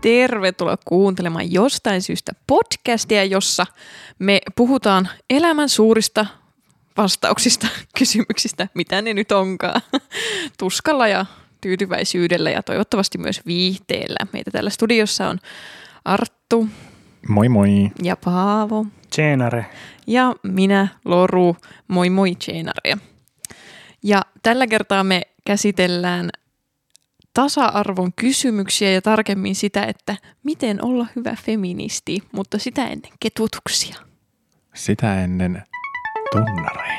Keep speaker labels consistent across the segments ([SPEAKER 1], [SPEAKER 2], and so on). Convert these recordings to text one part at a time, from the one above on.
[SPEAKER 1] tervetuloa kuuntelemaan jostain syystä podcastia, jossa me puhutaan elämän suurista vastauksista, kysymyksistä, mitä ne nyt onkaan, tuskalla ja tyytyväisyydellä ja toivottavasti myös viihteellä. Meitä täällä studiossa on Arttu
[SPEAKER 2] Moi moi.
[SPEAKER 1] ja Paavo
[SPEAKER 3] Tjänare.
[SPEAKER 1] ja minä, Loru, moi moi Tjeenare. Ja tällä kertaa me käsitellään tasa-arvon kysymyksiä ja tarkemmin sitä, että miten olla hyvä feministi, mutta sitä ennen ketutuksia.
[SPEAKER 2] Sitä ennen tunnari.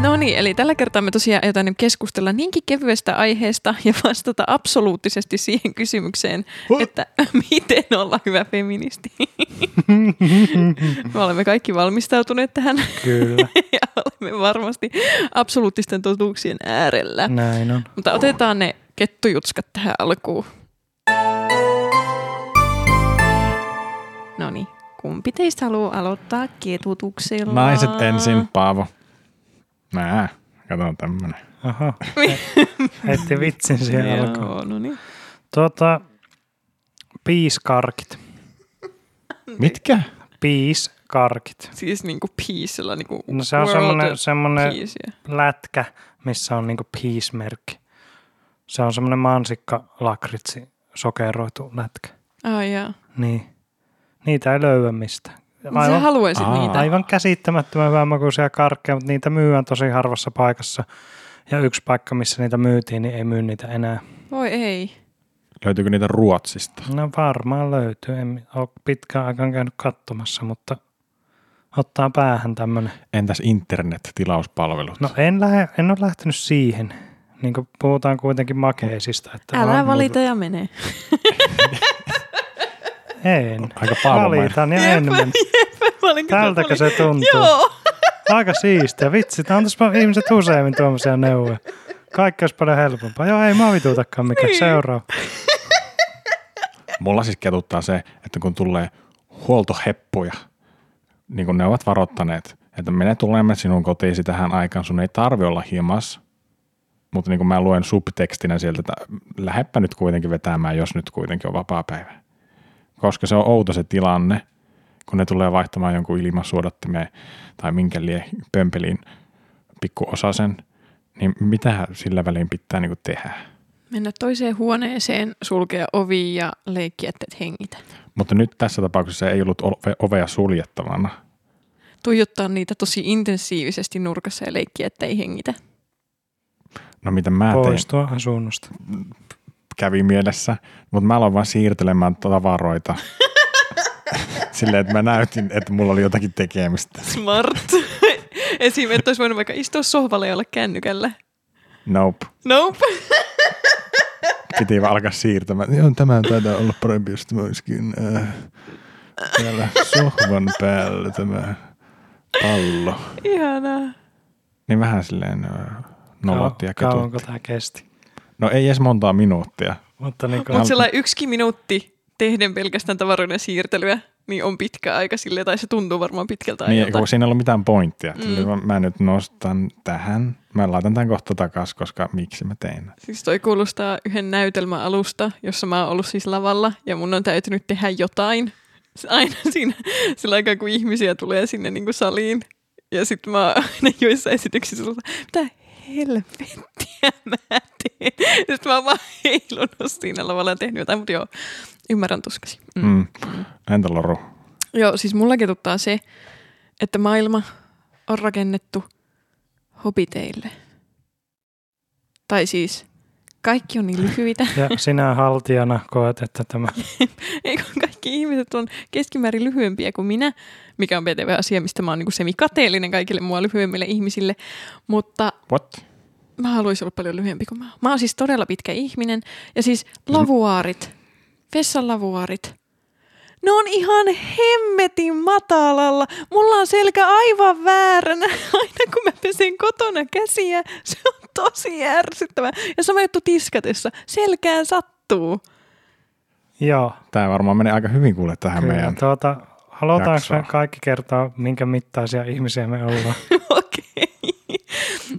[SPEAKER 1] No niin, eli tällä kertaa me tosiaan aiotaan nyt keskustella niinkin kevyestä aiheesta ja vastata absoluuttisesti siihen kysymykseen,
[SPEAKER 3] Huh?
[SPEAKER 1] että miten olla hyvä feministi. me olemme kaikki valmistautuneet tähän
[SPEAKER 3] Kyllä,
[SPEAKER 1] ja olemme varmasti absoluuttisten totuuksien äärellä.
[SPEAKER 3] näin on.
[SPEAKER 1] Mutta otetaan ne kettujutskat tähän alkuun. No niin, kumpi teistä haluaa aloittaa ketutuksella?
[SPEAKER 2] Naiset ensin, Paavo. Nää, kato tämmönen.
[SPEAKER 3] Aha. Heitti vitsin siihen alkuun.
[SPEAKER 1] Joo, no niin.
[SPEAKER 3] Tota, piiskarkit.
[SPEAKER 2] Mitkä?
[SPEAKER 3] Piiskarkit.
[SPEAKER 1] Siis niinku piisellä niinku
[SPEAKER 3] No se on
[SPEAKER 1] world
[SPEAKER 3] semmonen, semmonen
[SPEAKER 1] piisiä.
[SPEAKER 3] lätkä, missä on niinku piismerkki. Se on semmonen mansikka lakritsi sokeroitu lätkä.
[SPEAKER 1] Ai jaa.
[SPEAKER 3] Niin. Niitä ei löyä mistään.
[SPEAKER 1] Niin Sä
[SPEAKER 3] Aivan,
[SPEAKER 1] haluaisit
[SPEAKER 2] Aa.
[SPEAKER 1] niitä.
[SPEAKER 3] aivan käsittämättömän hyvän makuisia karkkeja, mutta niitä myyään tosi harvassa paikassa. Ja yksi paikka, missä niitä myytiin, niin ei myy niitä enää.
[SPEAKER 1] Voi ei.
[SPEAKER 2] Löytyykö niitä Ruotsista?
[SPEAKER 3] No varmaan löytyy. En ole pitkään aikaan käynyt katsomassa, mutta ottaa päähän tämmöinen.
[SPEAKER 2] Entäs internet-tilauspalvelut?
[SPEAKER 3] No en, lähe, en ole lähtenyt siihen. Niin kuin puhutaan kuitenkin makeisista. Että
[SPEAKER 1] Älä
[SPEAKER 3] vaan-
[SPEAKER 1] valita ja mene.
[SPEAKER 3] En.
[SPEAKER 2] Aika paavomainen.
[SPEAKER 3] Valitan ja en mene.
[SPEAKER 1] Mä olin kyllä-
[SPEAKER 3] Tältäkö
[SPEAKER 1] mä
[SPEAKER 3] se tuntuu?
[SPEAKER 1] olin- Joo.
[SPEAKER 3] Aika siistiä. Vitsi, antaisipa ihmiset useimmin tuommoisia neuvoja. Kaikki olisi paljon helpompaa. Joo, ei mä vitutakaan mikä.
[SPEAKER 1] Niin.
[SPEAKER 3] Seuraava.
[SPEAKER 2] Mulla siis ketuttaa se, että kun tulee huoltoheppuja, niin kun ne ovat varoittaneet, että me tulemme sinun kotiisi tähän aikaan, sun ei tarvi olla himas. Mutta niin kun mä luen subtekstinä sieltä, että läheppä nyt kuitenkin vetämään, jos nyt kuitenkin on vapaa päivä. Koska se on outo se tilanne, kun ne tulee vaihtamaan jonkun ilmansuodattimeen tai minkä lie pömpeliin pikkuosasen, niin mitä sillä väliin pitää niin tehdä?
[SPEAKER 1] Mennä toiseen huoneeseen, sulkea ovi ja leikkiä, että et hengitä.
[SPEAKER 2] Mutta nyt tässä tapauksessa ei ollut ove- ovea suljettavana.
[SPEAKER 1] Tuijottaa niitä tosi intensiivisesti nurkassa ja leikkiä, että ei hengitä.
[SPEAKER 2] No mitä mä tein,
[SPEAKER 3] Poistua asunnosta.
[SPEAKER 2] kävi mielessä, mutta mä aloin vaan siirtelemään tota tavaroita. Silleen, että mä näytin, että mulla oli jotakin tekemistä.
[SPEAKER 1] Smart. Esim. että olisi voinut vaikka istua sohvalle ja olla kännykällä.
[SPEAKER 2] Nope.
[SPEAKER 1] Nope.
[SPEAKER 2] Piti vaan alkaa siirtämään. Joo, tämä taitaa olla parempi, jos tämä olisikin äh, täällä sohvan päällä tämä pallo.
[SPEAKER 1] Ihanaa.
[SPEAKER 2] Niin vähän silleen äh, nolotti ja
[SPEAKER 3] Kau-
[SPEAKER 2] ketut.
[SPEAKER 3] Kauanko tämä kesti?
[SPEAKER 2] No ei edes montaa minuuttia.
[SPEAKER 3] Mutta niin kuin,
[SPEAKER 1] Mutta sellainen yksikin minuutti tehden pelkästään tavaroiden siirtelyä, niin on pitkä aika sille tai se tuntuu varmaan pitkältä ajalta.
[SPEAKER 2] Niin, kun siinä ei ollut mitään pointtia.
[SPEAKER 1] Mm.
[SPEAKER 2] Mm. Mä, mä nyt nostan tähän. Mä laitan tämän kohta takaisin, koska miksi mä tein.
[SPEAKER 1] Siis toi kuulostaa yhden näytelmän alusta, jossa mä oon ollut siis lavalla ja mun on täytynyt tehdä jotain. Se- Aina siinä sillä aikaa, kun ihmisiä tulee sinne niin kuin saliin. Ja sitten mä oon aina joissa esityksissä ollut, mitä helvettiä mä teen. Sitten mä oon vaan heilunut siinä lavalla ja tehnyt jotain, mutta joo, ymmärrän tuskasi. Mm.
[SPEAKER 2] Mm. Entä Loru?
[SPEAKER 1] Joo, siis mulla ketuttaa se, että maailma on rakennettu hobiteille. Tai siis kaikki on niin lyhyitä.
[SPEAKER 3] ja sinä haltijana koet, että tämä
[SPEAKER 1] Eikö kaikki ihmiset on keskimäärin lyhyempiä kuin minä, mikä on PTV asia, mistä mä oon niinku semikateellinen kaikille mua lyhyemmille ihmisille. Mutta
[SPEAKER 2] What?
[SPEAKER 1] mä haluaisin olla paljon lyhyempi kuin mä. oon. Mä oon siis todella pitkä ihminen. Ja siis lavuaarit, vessan lavuaarit. Ne on ihan hemmetin matalalla. Mulla on selkä aivan vääränä aina kun mä pesen kotona käsiä. Se on tosi ärsyttävää. Ja sama juttu tiskatessa. Selkään sattuu.
[SPEAKER 3] Joo,
[SPEAKER 2] Tämä varmaan menee aika hyvin kuule tähän Kyllä.
[SPEAKER 3] kyllä.
[SPEAKER 2] meidän.
[SPEAKER 3] Tuota, Halutaanko me
[SPEAKER 2] jaksaa.
[SPEAKER 3] kaikki kertoa, minkä mittaisia ihmisiä me ollaan?
[SPEAKER 1] Okei.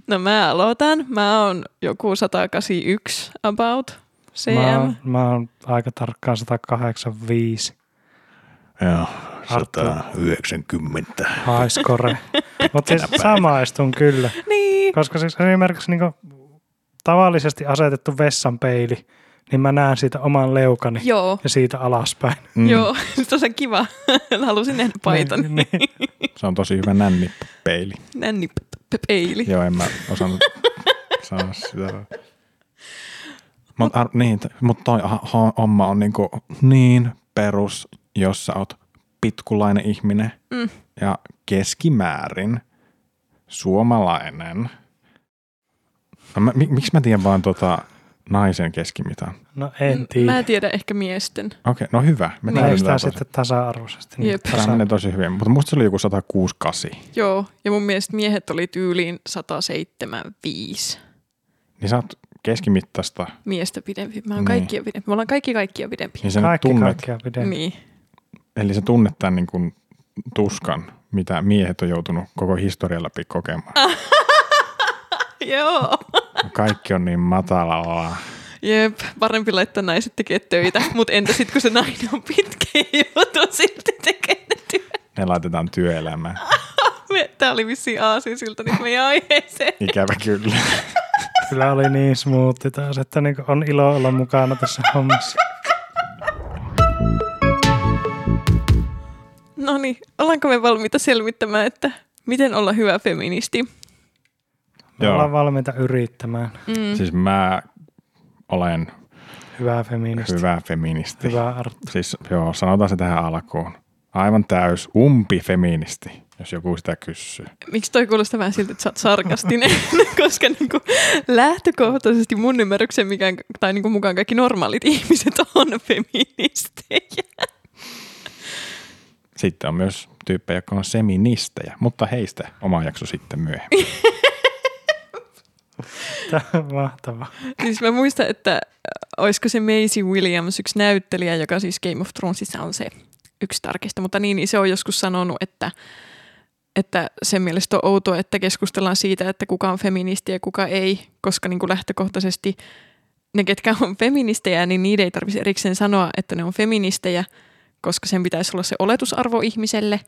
[SPEAKER 1] No mä aloitan. Mä oon joku 181 about cm.
[SPEAKER 3] Mä, oon- mä oon aika tarkkaan 185.
[SPEAKER 2] Joo,
[SPEAKER 3] Arttu.
[SPEAKER 2] 190.
[SPEAKER 3] Haiskore. Mutta siis
[SPEAKER 2] päivänä.
[SPEAKER 3] samaistun kyllä.
[SPEAKER 1] Niin.
[SPEAKER 3] Koska siis esimerkiksi niinku tavallisesti asetettu vessan peili, niin mä näen siitä oman leukani
[SPEAKER 1] Joo.
[SPEAKER 3] ja siitä alaspäin.
[SPEAKER 1] Mm. Joo, se on kiva. Halusin nähdä paitani.
[SPEAKER 3] Niin, niin.
[SPEAKER 2] Mm. Se on tosi hyvä nännipeili.
[SPEAKER 1] Nänni p- p- peili.
[SPEAKER 2] Joo, en mä osannut sanoa sitä. Mutta ar- niin, t- mut toi ha- ho- homma on niinku niin perus, jos sä oot pitkulainen ihminen
[SPEAKER 1] Mm.
[SPEAKER 2] ja keskimäärin suomalainen. No, mä, mi- miksi mä tiedän vaan tota naisen keskimitan?
[SPEAKER 3] No en tiedä.
[SPEAKER 1] Mm. Mä en tiedä ehkä miesten.
[SPEAKER 2] Okei, no hyvä. Me
[SPEAKER 1] Niin.
[SPEAKER 3] Nähdään
[SPEAKER 2] täydennetään tota.
[SPEAKER 3] sitä
[SPEAKER 2] tosi-
[SPEAKER 3] sitten tasa-arvoisesti. niin
[SPEAKER 1] Jep.
[SPEAKER 2] Tämä
[SPEAKER 3] tasa-
[SPEAKER 2] menee tosi hyvin, mutta musta se oli joku 168.
[SPEAKER 1] Joo, ja mun mielestä miehet oli tyyliin 175
[SPEAKER 2] Niin sä oot keskimittaista,
[SPEAKER 1] miestä pidempi. Mä oon
[SPEAKER 2] Niin.
[SPEAKER 1] kaikkia pidempi. Me ollaan kaikki kaikkia pidempi.
[SPEAKER 2] niin sä nyt
[SPEAKER 3] kaikki
[SPEAKER 2] tunnet,
[SPEAKER 3] kaikkia pidempi.
[SPEAKER 1] Niin.
[SPEAKER 2] eli sä tunnet tämän niin kuin tuskan, mitä miehet on joutunut koko historian läpi kokemaan.
[SPEAKER 1] Joo.
[SPEAKER 2] Kaikki on niin matalalla.
[SPEAKER 1] Jep, parempi laittaa naiset tekee töitä, mutta entä sitten kun se nainen on pitkä ja joutuu silti tekemään työtä?
[SPEAKER 2] Ne laitetaan työelämään.
[SPEAKER 1] Tämä oli vissiin aasin siltä nyt meidän aiheeseen.
[SPEAKER 2] Ikävä kyllä.
[SPEAKER 3] Kyllä oli niin smoothi taas, että niinku on ilo olla mukana tässä hommassa.
[SPEAKER 1] No niin, ollaanko me valmiita selvittämään, että miten olla hyvä feministi?
[SPEAKER 3] Me
[SPEAKER 2] Joo.
[SPEAKER 3] ollaan valmiita yrittämään.
[SPEAKER 1] Mm.
[SPEAKER 2] Siis mä olen
[SPEAKER 3] Hyvää feministi.
[SPEAKER 2] hyvä feministi.
[SPEAKER 3] Hyvä Arttu.
[SPEAKER 2] Siis joo, sanotaan se tähän alkuun. Aivan täys umpi feministi, jos joku sitä kysyy.
[SPEAKER 1] Miksi toi kuulostaa vähän siltä, että sä oot sarkastinen? Koska niinku lähtökohtaisesti mun ymmärryksen mikään, tai niinku mukaan kaikki normaalit ihmiset on feministejä.
[SPEAKER 2] Sitten on myös tyyppejä, jotka on seministejä, mutta heistä oma jakso sitten myöhemmin.
[SPEAKER 3] Tää on mahtavaa.
[SPEAKER 1] Siis mä muistan, että olisiko se Maisie Williams yksi näyttelijä, joka siis Game of Thronesissa on se yksi tarkista, mutta niin, niin se on joskus sanonut, että, että sen mielestä on outoa, että keskustellaan siitä, että kuka on feministi ja kuka ei, koska niin kuin lähtökohtaisesti ne, ketkä on feministejä, niin niiden ei tarvitsisi erikseen sanoa, että ne on feministejä, koska sen pitäisi olla se oletusarvo ihmiselle.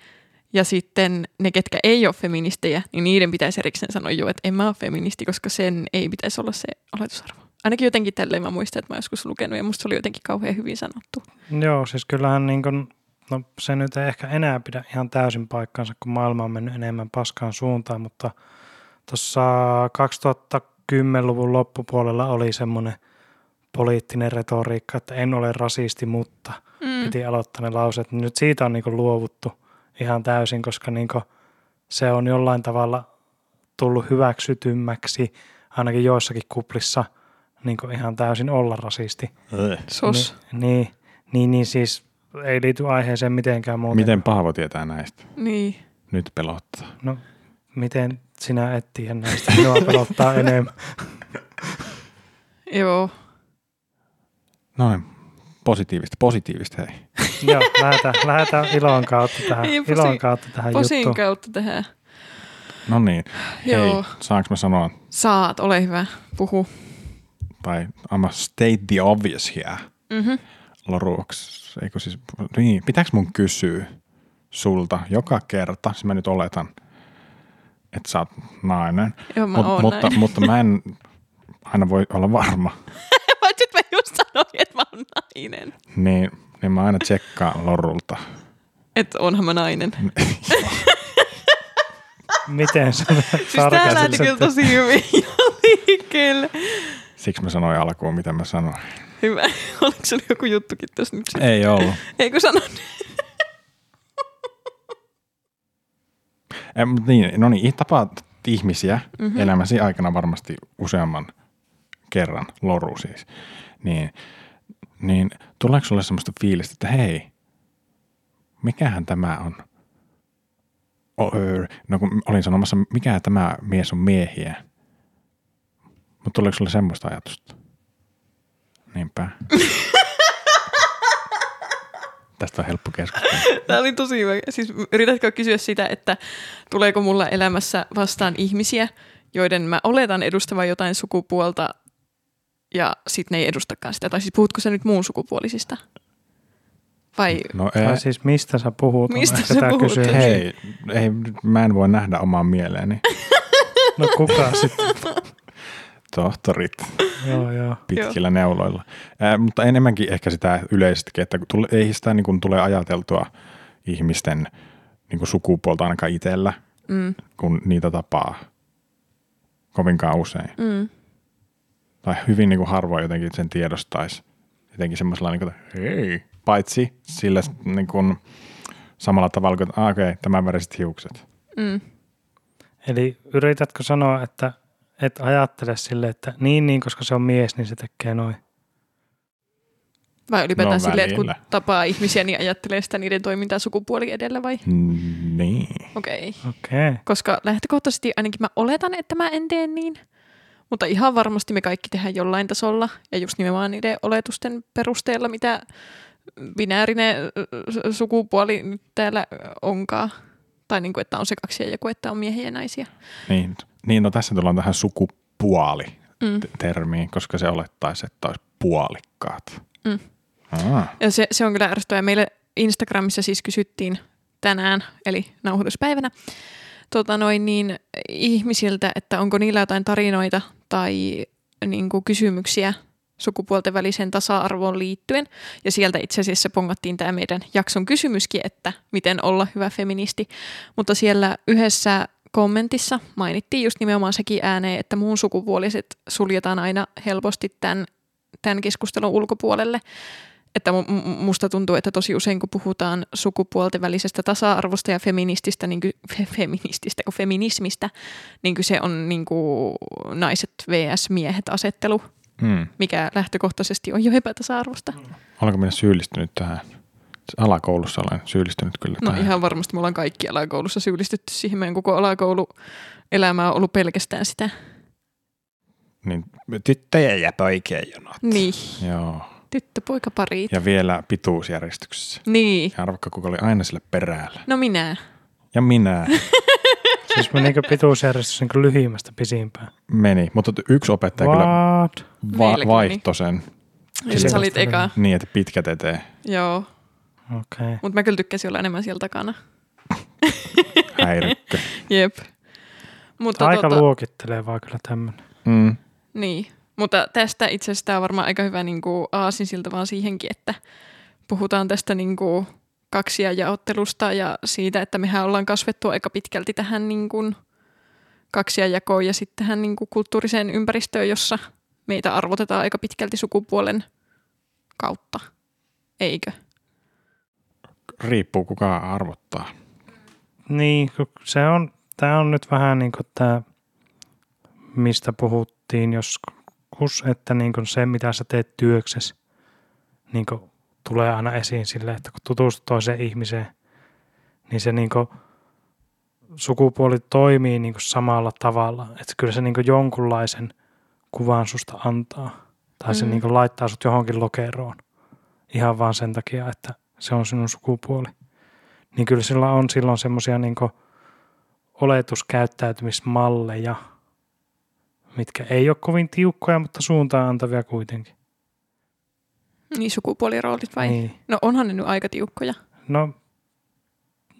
[SPEAKER 1] Ja sitten ne, ketkä ei ole feministejä, niin niiden pitäisi erikseen sanoa jo, että en mä ole feministi, koska sen ei pitäisi olla se oletusarvo. Ainakin jotenkin tälleen mä muistan, että mä oon joskus lukenut ja musta se oli jotenkin kauhean hyvin sanottu.
[SPEAKER 3] Joo, siis kyllähän niin kun, no se nyt ei ehkä enää pidä ihan täysin paikkansa, kun maailma on mennyt enemmän paskaan suuntaan, mutta tuossa 2010-luvun loppupuolella oli semmoinen poliittinen retoriikka, että en ole rasisti, mutta
[SPEAKER 1] Mm.
[SPEAKER 3] piti aloittaa ne lauseet. niin Nyt siitä on niin luovuttu ihan täysin, koska niin se on jollain tavalla tullut hyväksytymmäksi ainakin joissakin kuplissa niin ihan täysin olla rasisti.
[SPEAKER 1] Sos.
[SPEAKER 3] Ni- Niin, niin, niin siis ei liity aiheeseen mitenkään muuten.
[SPEAKER 2] Miten Paavo tietää näistä?
[SPEAKER 1] Niin.
[SPEAKER 2] Nyt pelottaa.
[SPEAKER 3] No, miten sinä et tiedä näistä? Minua pelottaa enemmän.
[SPEAKER 1] Joo.
[SPEAKER 2] Noin, No niin, positiivista, positiivista hei.
[SPEAKER 3] Joo, lähdetään, lähdetään ilon kautta tähän,
[SPEAKER 1] Ei, Niin, posi-
[SPEAKER 3] ilon kautta tähän
[SPEAKER 1] Posin
[SPEAKER 3] juttuun.
[SPEAKER 1] kautta tähän.
[SPEAKER 2] No niin, hei,
[SPEAKER 1] Joo.
[SPEAKER 2] saanko mä sanoa,
[SPEAKER 1] Saat, ole hyvä. Puhu.
[SPEAKER 2] tai I'm a state the obvious here,
[SPEAKER 1] Mm-hmm.
[SPEAKER 2] loruoks, eikö siis, niin, pitääkö mun kysyä sulta joka kerta, siis mä nyt oletan, että sä oot nainen,
[SPEAKER 1] Joo, mä
[SPEAKER 2] Mut-
[SPEAKER 1] oon
[SPEAKER 2] mutta,
[SPEAKER 1] näin.
[SPEAKER 2] mutta mä en aina voi olla varma,
[SPEAKER 1] Vaan sit mä just sanoin, että mä oon nainen.
[SPEAKER 2] niin, niin mä aina tsekkaan lorulta.
[SPEAKER 1] Että onhan mä nainen.
[SPEAKER 3] Miten se
[SPEAKER 1] Siis tää lähti kyllä
[SPEAKER 3] tarkasti
[SPEAKER 1] tosi hyvin jo liikkeelle.
[SPEAKER 2] Siksi mä sanoin alkuun, mitä mä sanoin.
[SPEAKER 1] Hyvä. Oliko se joku juttukin tässä nyt? Ei.
[SPEAKER 2] Ei ollut.
[SPEAKER 1] Eikö sanonut?
[SPEAKER 2] Em, mut Niin, no niin, tapaat ihmisiä mm-hmm. elämäsi aikana varmasti useamman kerran, loru siis, niin, niin tuleeko sulle semmoista fiilistä, että hei, mikähän tämä on? O- öö, No kun olin sanomassa, mikä tämä mies on miehiä. Mutta tuleeko sulle semmoista ajatusta? Niinpä. Tästä on helppo keskustella.
[SPEAKER 1] Tämä oli tosi hyvä. Siis yritätkö kysyä sitä, että tuleeko mulla elämässä vastaan ihmisiä, joiden mä oletan edustavan jotain sukupuolta ja sit ne ei edustakaan sitä? Tai siis puhutko sä nyt muun sukupuolisista? Vai
[SPEAKER 2] No
[SPEAKER 3] Tai
[SPEAKER 2] ei,
[SPEAKER 3] siis mistä sä puhut? on
[SPEAKER 1] Mistä
[SPEAKER 3] ehkä
[SPEAKER 1] sä
[SPEAKER 3] tää
[SPEAKER 1] puhut?
[SPEAKER 3] kysymys.
[SPEAKER 2] hei, ei, mä en voi nähdä omaa mieleeni.
[SPEAKER 3] No kuka sitten?
[SPEAKER 2] Tohtorit
[SPEAKER 3] joo, joo.
[SPEAKER 2] pitkillä neuloilla. Ää, mutta enemmänkin ehkä sitä yleisestikin, että kun tule, ei sitä niin kuin tule ajateltua ihmisten niin kuin sukupuolta ainakaan itsellä,
[SPEAKER 1] Mm.
[SPEAKER 2] kun niitä tapaa kovinkaan usein.
[SPEAKER 1] Mm.
[SPEAKER 2] tai hyvin niin kuin harvoin jotenkin sen tiedostaisi. Jotenkin semmoisella niin kuin, että hei, paitsi sillä niin kuin, samalla tavalla kuin, että "Ah, okei, okay, tämän väriset hiukset.
[SPEAKER 1] Mm.
[SPEAKER 3] Eli yritätkö sanoa, että et ajattele sille, että niin niin, koska se on mies, niin se tekee noin.
[SPEAKER 1] Vai ylipäätään
[SPEAKER 2] No,
[SPEAKER 1] silleen, että kun
[SPEAKER 2] välillä.
[SPEAKER 1] tapaa ihmisiä, niin ajattelee sitä niiden toimintaa sukupuoli edellä vai?
[SPEAKER 2] Mm, Niin.
[SPEAKER 1] Okei. Okay.
[SPEAKER 3] Okei. Okay.
[SPEAKER 1] Koska lähtökohtaisesti ainakin mä oletan, että mä en tee niin. Mutta ihan varmasti me kaikki tehdään jollain tasolla. Ja just nimenomaan niiden oletusten perusteella, mitä binäärinen ö, ö, sukupuoli nyt täällä ö, onkaan. Tai niin kuin, että on se kaksi ja joku, että on miehiä ja naisia.
[SPEAKER 2] niin. Niin, no tässä tullaan tähän sukupuoli-termiin,
[SPEAKER 1] Mm.
[SPEAKER 2] koska se olettaisi, että olisi puolikkaat.
[SPEAKER 1] Mm.
[SPEAKER 2] Ah,
[SPEAKER 1] Ja se, se on kyllä ärsyttävää. Meille Instagramissa siis kysyttiin tänään, eli nauhoituspäivänä, tota noin, niin ihmisiltä, että onko niillä jotain tarinoita tai niin kuin kysymyksiä sukupuolten väliseen tasa-arvoon liittyen. Ja sieltä itse asiassa pongattiin tämä meidän jakson kysymyskin, että miten olla hyvä feministi. Mutta siellä yhdessä kommentissa mainittiin just nimenomaan sekin ääneen, että muun sukupuoliset suljetaan aina helposti tämän, tämän keskustelun ulkopuolelle että mu- mu- musta tuntuu, että tosi usein kun puhutaan sukupuolten välisestä tasa-arvosta ja feminististä, niin ky- fe- feminististä, kun feminismistä, niin kyse on niin kuin naiset vs. miehet asettelu,
[SPEAKER 2] mm.
[SPEAKER 1] mikä lähtökohtaisesti on jo epätasa-arvosta.
[SPEAKER 2] Olenko minä syyllistynyt tähän? Alakoulussa olen syyllistynyt kyllä
[SPEAKER 1] No
[SPEAKER 2] tähän.
[SPEAKER 1] ihan varmasti me ollaan kaikki alakoulussa syyllistytty siihen. Meidän koko alakouluelämä on ollut pelkästään sitä.
[SPEAKER 2] Niin, tyttöjen ja poikien jonot.
[SPEAKER 1] Niin,
[SPEAKER 2] Joo.
[SPEAKER 1] tyttö, poika, pari.
[SPEAKER 2] Ja vielä pituusjärjestyksessä.
[SPEAKER 1] Niin,
[SPEAKER 2] Ja arvokka kuka oli aina sillä perällä.
[SPEAKER 1] no minä.
[SPEAKER 2] Ja minä
[SPEAKER 3] Siis me niinku pituusjärjestys niinku lyhimmästä pisimpään.
[SPEAKER 2] meni. Mutta t- yksi opettaja kyllä
[SPEAKER 3] What?
[SPEAKER 1] Meilläkin Ah.
[SPEAKER 2] va- vaihtoi sen
[SPEAKER 1] Jos sä olit eka.
[SPEAKER 2] niin, että pitkät eteen.
[SPEAKER 1] Joo,
[SPEAKER 3] Okei. Okay.
[SPEAKER 1] mutta mä kyllä tykkäsin olla enemmän siellä takana.
[SPEAKER 2] Häirikkö.
[SPEAKER 1] Jep. Mutta
[SPEAKER 3] Aika
[SPEAKER 1] tota,
[SPEAKER 3] luokittelee vaan kyllä tämmönen.
[SPEAKER 2] Mm.
[SPEAKER 1] Niin, mutta tästä itse asiassa tämä on varmaan aika hyvä niin kuin aasinsilta vaan siihenkin, että puhutaan tästä niin kuin kaksia jaottelusta ja siitä, että mehän ollaan kasvettu aika pitkälti tähän niin kuin kaksiajakoon ja sitten tähän niin kuin kulttuuriseen ympäristöön, jossa meitä arvotetaan aika pitkälti sukupuolen kautta. Eikö?
[SPEAKER 2] Riippuu kuka arvottaa.
[SPEAKER 3] Niin, kun se on, tää on nyt vähän niinku tää, mistä puhuttiin joskus, että niinku se mitä sä teet työksessä, niinku tulee aina esiin silleen, että kun tutustut toiseen ihmiseen, niin se niinku sukupuoli toimii niinku samalla tavalla. Että kyllä se niinku jonkunlaisen kuvan susta antaa. Tai se
[SPEAKER 1] Mm.
[SPEAKER 3] niinku laittaa sut johonkin lokeroon. Ihan vaan sen takia, että se on sinun sukupuoli. Niin kyllä sillä on silloin semmoisia niinku oletuskäyttäytymismalleja, mitkä ei ole kovin tiukkoja, mutta suuntaan antavia kuitenkin.
[SPEAKER 1] Niin sukupuoliroolit vai? Niin.
[SPEAKER 3] Niin.
[SPEAKER 1] No onhan ne nyt aika tiukkoja.
[SPEAKER 3] No,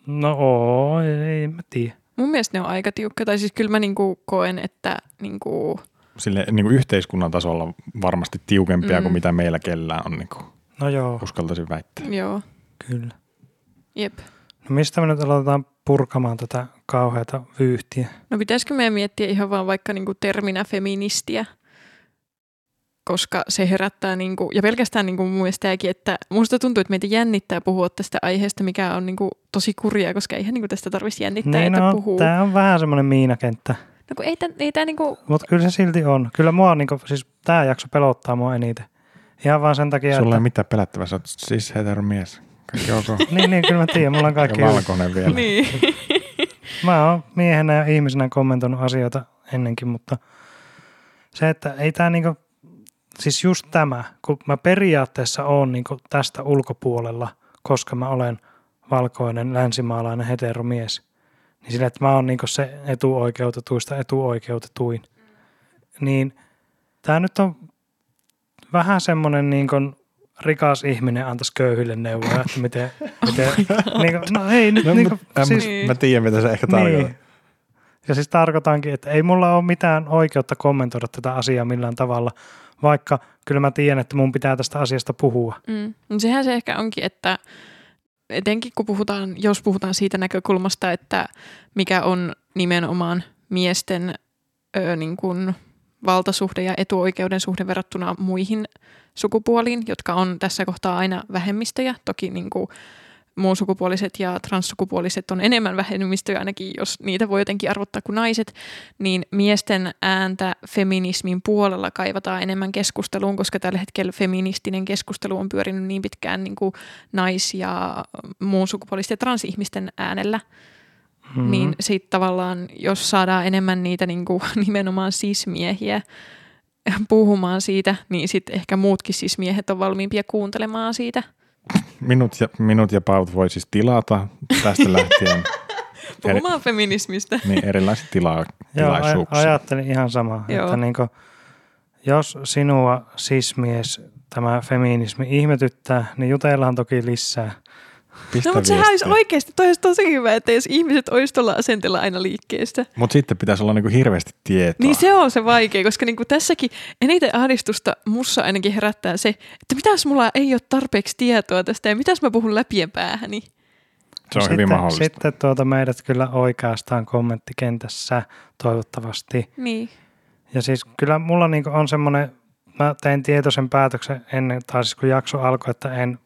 [SPEAKER 3] no oo, ei, ei mä tiedä.
[SPEAKER 1] Mun mielestä ne on aika tiukkoja. Tai siis kyllä mä niin kuin koen, että niin kuin
[SPEAKER 2] Sille niin kuin yhteiskunnan tasolla varmasti tiukempia
[SPEAKER 1] Mm.
[SPEAKER 2] mm. kuin mitä meillä kellään on, niin kuin
[SPEAKER 3] No joo,
[SPEAKER 2] uskaltaisin väittää.
[SPEAKER 1] joo,
[SPEAKER 3] kyllä.
[SPEAKER 1] jep.
[SPEAKER 3] No mistä me nyt aletaan purkamaan tätä kauheata vyyhtiä?
[SPEAKER 1] No pitäisikö meidän miettiä ihan vaan vaikka niinku terminä feministiä? Koska se herättää, niinku, ja pelkästään niinku mun mielestä tämäkin, että musta tuntuu, että meitä jännittää puhua tästä aiheesta, mikä on niinku tosi kurjaa, koska eihän niinku tästä tarvitsisi jännittää,
[SPEAKER 3] Niin
[SPEAKER 1] että
[SPEAKER 3] no,
[SPEAKER 1] puhuu.
[SPEAKER 3] tää on vähän semmoinen miinakenttä.
[SPEAKER 1] No kun ei, tän, ei tää niinku,
[SPEAKER 3] Mutta kyllä se silti on. Kyllä mua, niinku, siis tää jakso pelottaa mua eniten. Ihan vaan sen takia,
[SPEAKER 2] Sulla ei
[SPEAKER 3] että...
[SPEAKER 2] mitään pelättävää, sä oot siis heteromies. Kaikki ok.
[SPEAKER 3] Niin, niin, kyllä mä tiedän, mulla on kaikki
[SPEAKER 2] ja valkoinen vielä. Niin.
[SPEAKER 1] niin,
[SPEAKER 3] Mä oon miehenä ja ihmisenä kommentoinut asioita ennenkin, mutta se, että ei tää niinku, siis just tämä, kun mä periaatteessa oon niinku tästä ulkopuolella, koska mä olen valkoinen länsimaalainen heteromies. Niin sillä, että mä oon niin se etuoikeutetuista etuoikeutetuin. Niin tämä nyt on vähän semmoinen niin rikas ihminen antaisi köyhille neuvoja, että miten, miten niin kuin, no ei nyt
[SPEAKER 2] Oh No,
[SPEAKER 3] niin
[SPEAKER 2] niin
[SPEAKER 3] kuin,
[SPEAKER 2] siis,
[SPEAKER 3] siis,
[SPEAKER 1] Niin.
[SPEAKER 2] mä tiedän, mitä se ehkä tarkoittaa.
[SPEAKER 3] niin. Ja siis tarkoitankin, että ei mulla ole mitään oikeutta kommentoida tätä asiaa millään tavalla, vaikka kyllä mä tiedän, että mun pitää tästä asiasta puhua.
[SPEAKER 1] Mm. No sehän se ehkä onkin, että etenkin kun puhutaan, jos puhutaan siitä näkökulmasta, että mikä on nimenomaan miesten ö, niin kuin valtasuhde ja etuoikeuden suhde verrattuna muihin sukupuoliin, jotka on tässä kohtaa aina vähemmistöjä. Toki niin kuin muun sukupuoliset ja transsukupuoliset on enemmän vähemmistöjä, ainakin jos niitä voi jotenkin arvottaa kuin naiset, niin miesten ääntä feminismin puolella kaivataan enemmän keskusteluun, koska tällä hetkellä feministinen keskustelu on pyörinyt niin pitkään niin kuin nais- ja muun sukupuolisten ja transihmisten äänellä,
[SPEAKER 3] Mm.
[SPEAKER 1] niin sitten tavallaan, jos saadaan enemmän niitä niin kuin, nimenomaan sismiehiä puhumaan siitä, niin sitten ehkä muutkin sismiehet on valmiimpia kuuntelemaan siitä.
[SPEAKER 2] Minut ja, minut ja paut voi siis tilata tästä lähtien Eli-
[SPEAKER 1] Puhumaan feminismistä.
[SPEAKER 2] niin erilaisia tila,
[SPEAKER 3] Joo, aj-
[SPEAKER 2] tilaisuuksia.
[SPEAKER 3] ajattelin ihan samaa,
[SPEAKER 1] Joo.
[SPEAKER 3] että niin kuin, jos sinua sismies tämä feminismi ihmetyttää, niin jutellaan toki lisää.
[SPEAKER 2] Pistä
[SPEAKER 1] No, mutta sehän olisi oikeasti, toi olisi tosi hyvä, että jos ihmiset olisi tuolla asenteella aina liikkeestä.
[SPEAKER 2] Mut sitten pitäisi olla niinku hirveästi tietoa.
[SPEAKER 1] Niin se on se vaikea, koska niinku tässäkin eniten ahdistusta mussa ainakin herättää se, että mitäs mulla ei ole tarpeeksi tietoa tästä ja mitäs mä puhun läpien päähäni.
[SPEAKER 2] se on
[SPEAKER 3] sitten,
[SPEAKER 2] hyvin mahdollista.
[SPEAKER 3] Sitten tuota meidät kyllä oikeastaan kommenttikentässä toivottavasti.
[SPEAKER 1] Niin.
[SPEAKER 3] Ja siis kyllä mulla niinku on semmoinen, mä tein tietoisen päätöksen ennen, tai siis kun jakso alkoi, että en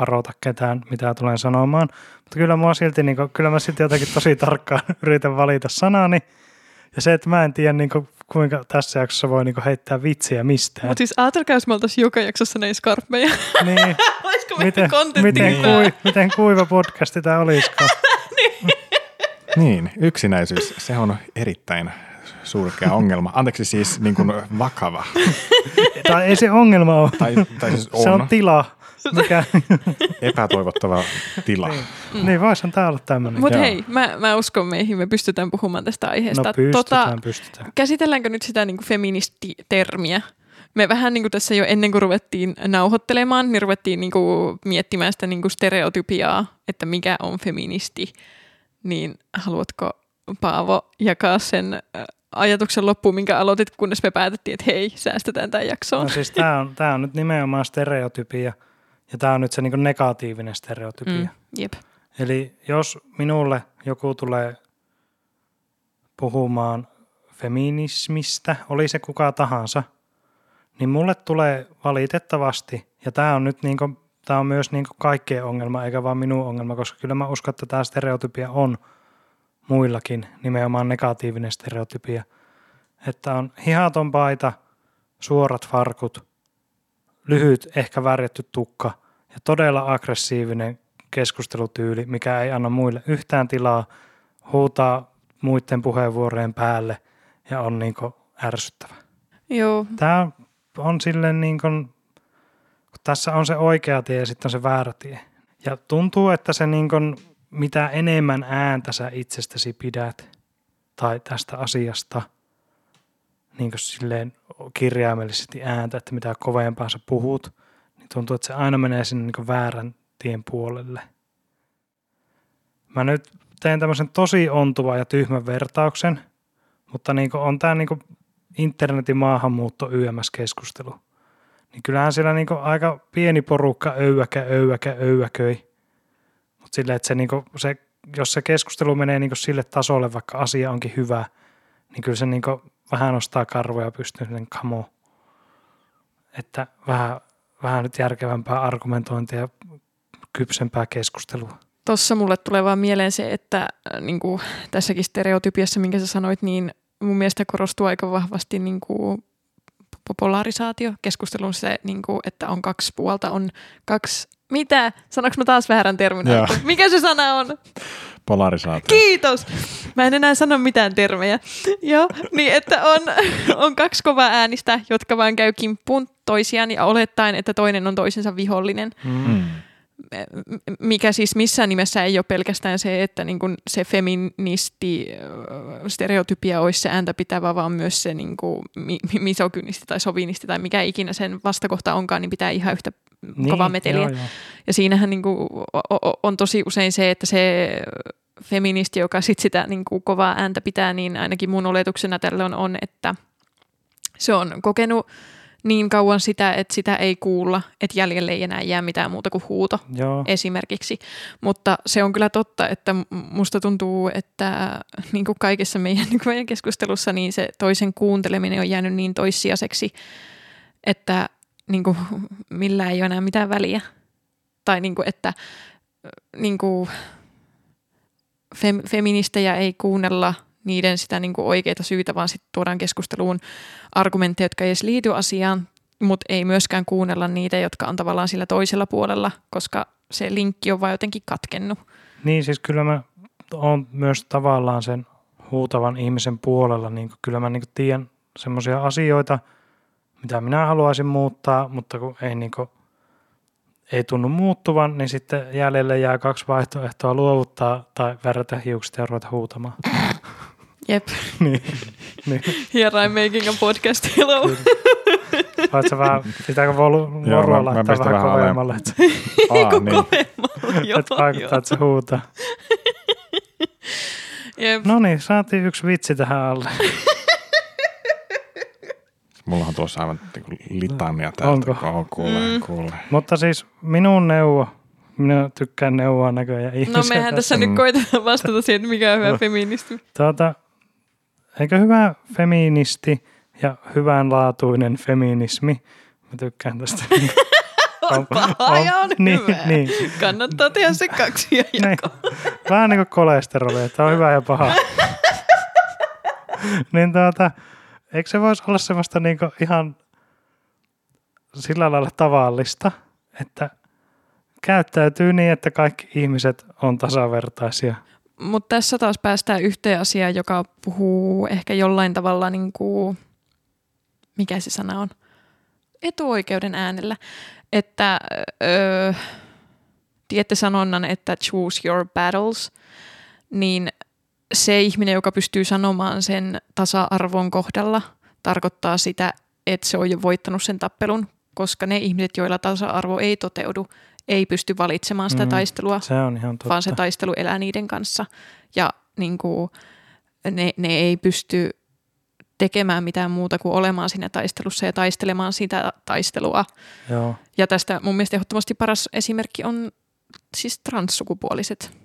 [SPEAKER 3] varoita ketään, mitä tulen sanomaan. Mutta kyllä, mua silti, niinku, kyllä mä silti jotenkin tosi tarkkaan yritän valita sanani. Ja se, että mä en tiedä niinku, kuinka tässä jaksossa voi niinku heittää vitsiä mistään.
[SPEAKER 1] Mutta siis ajatelkaa, jos me oltaisiin joka jaksossa näin skarppeja.
[SPEAKER 3] Niin,
[SPEAKER 1] Olisiko meidän
[SPEAKER 3] miten,
[SPEAKER 1] kontentti
[SPEAKER 3] miten,
[SPEAKER 1] hyvää?
[SPEAKER 3] kui, miten kuiva podcasti tämä olisiko?
[SPEAKER 2] Niin, yksinäisyys, se on erittäin surkea ongelma. Anteeksi siis niin kuin vakava.
[SPEAKER 3] Tai ei se ongelma ole.
[SPEAKER 2] Tai, tai siis
[SPEAKER 3] Se
[SPEAKER 2] on,
[SPEAKER 3] on tila, mikä,
[SPEAKER 2] epätoivottava tila.
[SPEAKER 3] niin voisihan tämä olla No, tämmöinen.
[SPEAKER 1] Mutta
[SPEAKER 2] Joo.
[SPEAKER 1] hei, tota- mä, mä uskon meihin, me pystytään puhumaan tästä aiheesta.
[SPEAKER 3] No pystytään, pystytään.
[SPEAKER 1] käsitelläänkö nyt sitä niin feministitermiä? Me vähän niin kuin tässä jo ennen kuin ruvettiin nauhoittelemaan, niin ruvettiin niin kuin miettimään sitä niin kuin stereotypiaa, että mikä on feministi. Niin haluatko Paavo jakaa sen äh, ajatuksen loppuun, minkä aloitit, kunnes me päätettiin, että hei, säästetään tämän jaksoon.
[SPEAKER 3] No siis tämä on, tää on nyt nimenomaan stereotypia ja tämä on nyt se niinku negatiivinen stereotypia.
[SPEAKER 1] Mm,
[SPEAKER 3] Mm.
[SPEAKER 1] jep.
[SPEAKER 3] Eli jos minulle joku tulee puhumaan feminismistä, oli se kuka tahansa, niin mulle tulee valitettavasti, ja tämä on nyt niinku, tää on myös niinku kaikkien ongelma, eikä vaan minun ongelma, koska kyllä mä uskon, että tämä stereotypia on muillakin, nimenomaan negatiivinen stereotypia. Että on hihaton paita, suorat farkut, lyhyt, ehkä värjätty tukka ja todella aggressiivinen keskustelutyyli, mikä ei anna muille yhtään tilaa, huutaa muiden puheenvuorojen päälle ja on niin ärsyttävä.
[SPEAKER 1] Joo,
[SPEAKER 3] Tämä Mm-hmm. on silleen niin kuin, kun tässä on se oikea tie ja sitten on se väärä tie. Ja tuntuu, että se niin kuin, mitä enemmän ääntä sä itsestäsi pidät tai tästä asiasta, niin kuin silleen kirjaimellisesti ääntä, että mitä kovempaa sä puhut, niin tuntuu, että se aina menee sinne niin kuin väärän tien puolelle. Mä nyt teen tämmöisen tosi ontuvan ja tyhmän vertauksen, mutta niin kuin on tämä niin kuin internetin maahanmuutto YMS-keskustelu. Niin kyllähän siellä niinku aika pieni porukka öyäkä, öyäkä, öyäköi. Mutta silleen, että se niinku, se, jos se keskustelu menee niinku sille tasolle, vaikka asia onkin hyvä, niin kyllä se niinku vähän nostaa karvoja pystyyn sen kamo. Että vähän, vähän nyt järkevämpää argumentointia ja kypsempää keskustelua.
[SPEAKER 1] Tuossa mulle tulee vaan mieleen se, että niin kuin tässäkin stereotypiassa, minkä sä sanoit, niin mun mielestä korostuu aika vahvasti niin kuin popularisaatio, keskustelun se, niin kuin, että on kaksi puolta, on kaksi... Mitä? Sanoinko mä taas väärän termin?
[SPEAKER 2] Joo.
[SPEAKER 1] Mikä se sana on?
[SPEAKER 2] Polarisaatio.
[SPEAKER 1] Kiitos! Mä en enää sano mitään termejä. Joo, niin että on, on kaksi kovaa äänistä, jotka vaan käy kimppuun toisiaan ja olettaen, että toinen on toisensa vihollinen
[SPEAKER 2] Mm.
[SPEAKER 1] m- mikä siis missään nimessä ei ole pelkästään se, että niin kuin se feministi ö, stereotypia olisi se ääntä pitävä, vaan myös se niin kuin mi- mi- misokynisti tai sovinisti tai mikä ikinä sen vastakohta onkaan, niin pitää ihan yhtä niin, kovaa meteliä.
[SPEAKER 3] Joo, joo.
[SPEAKER 1] Ja siinähän niin kuin, on tosi usein se, että se feministi, joka sit sitä niin kuin kovaa ääntä pitää, niin ainakin mun oletuksena tällöin on, että se on kokenut niin kauan sitä, että sitä ei kuulla, että jäljelle ei enää jää mitään muuta kuin huuto
[SPEAKER 3] joo.
[SPEAKER 1] esimerkiksi. Mutta se on kyllä totta, että m- musta tuntuu, että niin kuin kaikessa meidän nykyajan keskustelussa, niin se toisen kuunteleminen on jäänyt niin toissijaiseksi, että niin kuin, millä ei ole enää mitään väliä. Tai niin kuin, että niin kuin, fem, feministejä ei kuunnella niiden sitä niin kuin oikeita syitä, vaan sitten tuodaan keskusteluun argumentteja, jotka ei edes liity asiaan, mutta ei myöskään kuunnella niitä, jotka on tavallaan sillä toisella puolella, koska se linkki on vaan jotenkin katkennut.
[SPEAKER 3] Niin siis kyllä mä oon myös tavallaan sen huutavan ihmisen puolella. Niin kuin, kyllä mä niin kuin tiedän semmoisia asioita, mitä minä haluaisin muuttaa, mutta kun ei, niin kuin, ei tunnu muuttuvan, niin sitten jäljelle jää kaksi vaihtoehtoa luovuttaa tai värrätä hiukset ja ruveta huutamaan.
[SPEAKER 1] Jep.
[SPEAKER 3] niin, niin.
[SPEAKER 1] Here I'm making a podcast, hello.
[SPEAKER 3] Voit sä vähän, pitääkö voru,
[SPEAKER 2] Joo,
[SPEAKER 3] vorua
[SPEAKER 2] mä- mä
[SPEAKER 3] laittaa
[SPEAKER 2] pistän
[SPEAKER 3] vähän
[SPEAKER 2] vähän
[SPEAKER 3] kovemmalle, että
[SPEAKER 2] Aa,
[SPEAKER 1] Kun
[SPEAKER 2] niin.
[SPEAKER 1] kovemmalla, joo,
[SPEAKER 3] et vaikuttaa,
[SPEAKER 1] joo.
[SPEAKER 3] että se huutaa.
[SPEAKER 1] Jep.
[SPEAKER 3] No niin, saatiin yksi vitsi tähän alle.
[SPEAKER 2] Mulla on tuossa aivan niinku litania täältä.
[SPEAKER 3] Onko?
[SPEAKER 2] Onko? Kuule,
[SPEAKER 1] Mm.
[SPEAKER 2] kuule.
[SPEAKER 3] Mutta siis minun neuvo, minä tykkään neuvoa näköjään ihmisiä.
[SPEAKER 1] No mehän tässä nyt
[SPEAKER 2] Mm.
[SPEAKER 1] koitetaan vastata siihen, että mikä on
[SPEAKER 3] No.
[SPEAKER 1] hyvä feministi.
[SPEAKER 3] Tuota, eikö hyvä feministi ja hyvänlaatuinen feminismi? Mä tykkään tästä.
[SPEAKER 1] On paha ja on
[SPEAKER 3] niin,
[SPEAKER 1] hyvä.
[SPEAKER 3] Niin,
[SPEAKER 1] Kannattaa tehdä se kaksi ja
[SPEAKER 3] niin. Vähän niin kuin kolesteroli, että on hyvä ja paha. niin tuota, eikö se voisi olla semmoista niinku ihan sillä lailla tavallista, että käyttäytyy niin, että kaikki ihmiset on tasavertaisia.
[SPEAKER 1] Mutta tässä taas päästään yhteen asiaan, joka puhuu ehkä jollain tavalla, niin kuin, mikä se sana on, etuoikeuden äänellä. Että öö, tiedätte sanonnan, että choose your battles, niin se ihminen, joka pystyy sanomaan sen tasa-arvon kohdalla, tarkoittaa sitä, että se on jo voittanut sen tappelun, koska ne ihmiset, joilla tasa-arvo ei toteudu, ei pysty valitsemaan sitä
[SPEAKER 3] Mm.
[SPEAKER 1] taistelua,
[SPEAKER 3] Se on ihan totta.
[SPEAKER 1] vaan se taistelu elää niiden kanssa. Ja niin kuin, ne, ne ei pysty tekemään mitään muuta kuin olemaan siinä taistelussa ja taistelemaan sitä taistelua.
[SPEAKER 3] Joo.
[SPEAKER 1] Ja tästä mun mielestä ehdottomasti paras esimerkki on siis transsukupuoliset,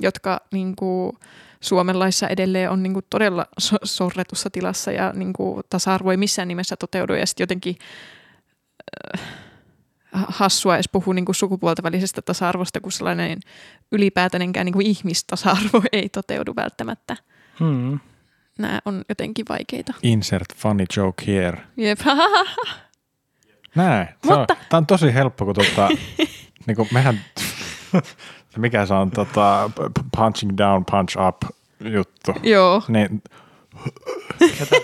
[SPEAKER 1] jotka niin kuin, suomenlaissa edelleen on niin kuin, todella so- sorretussa tilassa ja niin kuin, tasa-arvo ei missään nimessä toteudu. Ja sitten jotenkin äh, hassua edes puhua niin kuin, sukupuolta välisestä tasa-arvosta, kun sellainen ylipäätänenkään niin kuin, ihmistasa-arvo ei toteudu välttämättä.
[SPEAKER 3] Hmm.
[SPEAKER 1] Nämä on jotenkin vaikeita.
[SPEAKER 2] Insert funny joke here.
[SPEAKER 1] Jep.
[SPEAKER 2] Näin.
[SPEAKER 1] Mutta-
[SPEAKER 2] Mutta... Tämä on tosi helppo, kun tota, niin kuin mehän, mikä se on, tota, p- punching down, punch up juttu.
[SPEAKER 1] Joo.
[SPEAKER 2] Niin,
[SPEAKER 3] Ketä,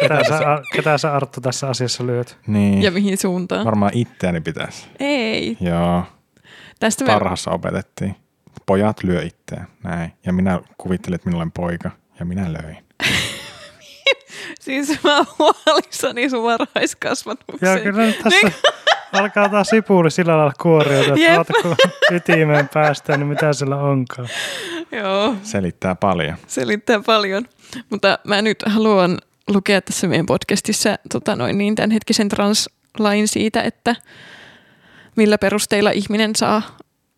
[SPEAKER 3] ketä, sä, ketä sä Arttu tässä asiassa lyöt?
[SPEAKER 2] niin
[SPEAKER 1] Ja mihin suuntaan?
[SPEAKER 2] varmaan itteeni pitäisi.
[SPEAKER 1] Ei.
[SPEAKER 2] Joo,
[SPEAKER 1] Tästä me
[SPEAKER 2] tarhassa opetettiin. Pojat lyö itteään, näin. Ja minä kuvittelin, että minä olen poika, ja minä löin.
[SPEAKER 1] Siis mä oon huolissani sun varhaiskasvatukseen.
[SPEAKER 3] Joo, kyllä nyt tässä alkaa taas sipuli sillä lailla kuoriutua, että
[SPEAKER 1] Jep.
[SPEAKER 3] oota kun ytimeen päästään, niin mitä sillä onkaan.
[SPEAKER 1] Joo,
[SPEAKER 2] Selittää paljon.
[SPEAKER 1] selittää paljon. Mutta mä nyt haluan lukea tässä meidän podcastissa tota noin, niin tämänhetkisen translain siitä, että millä perusteilla ihminen saa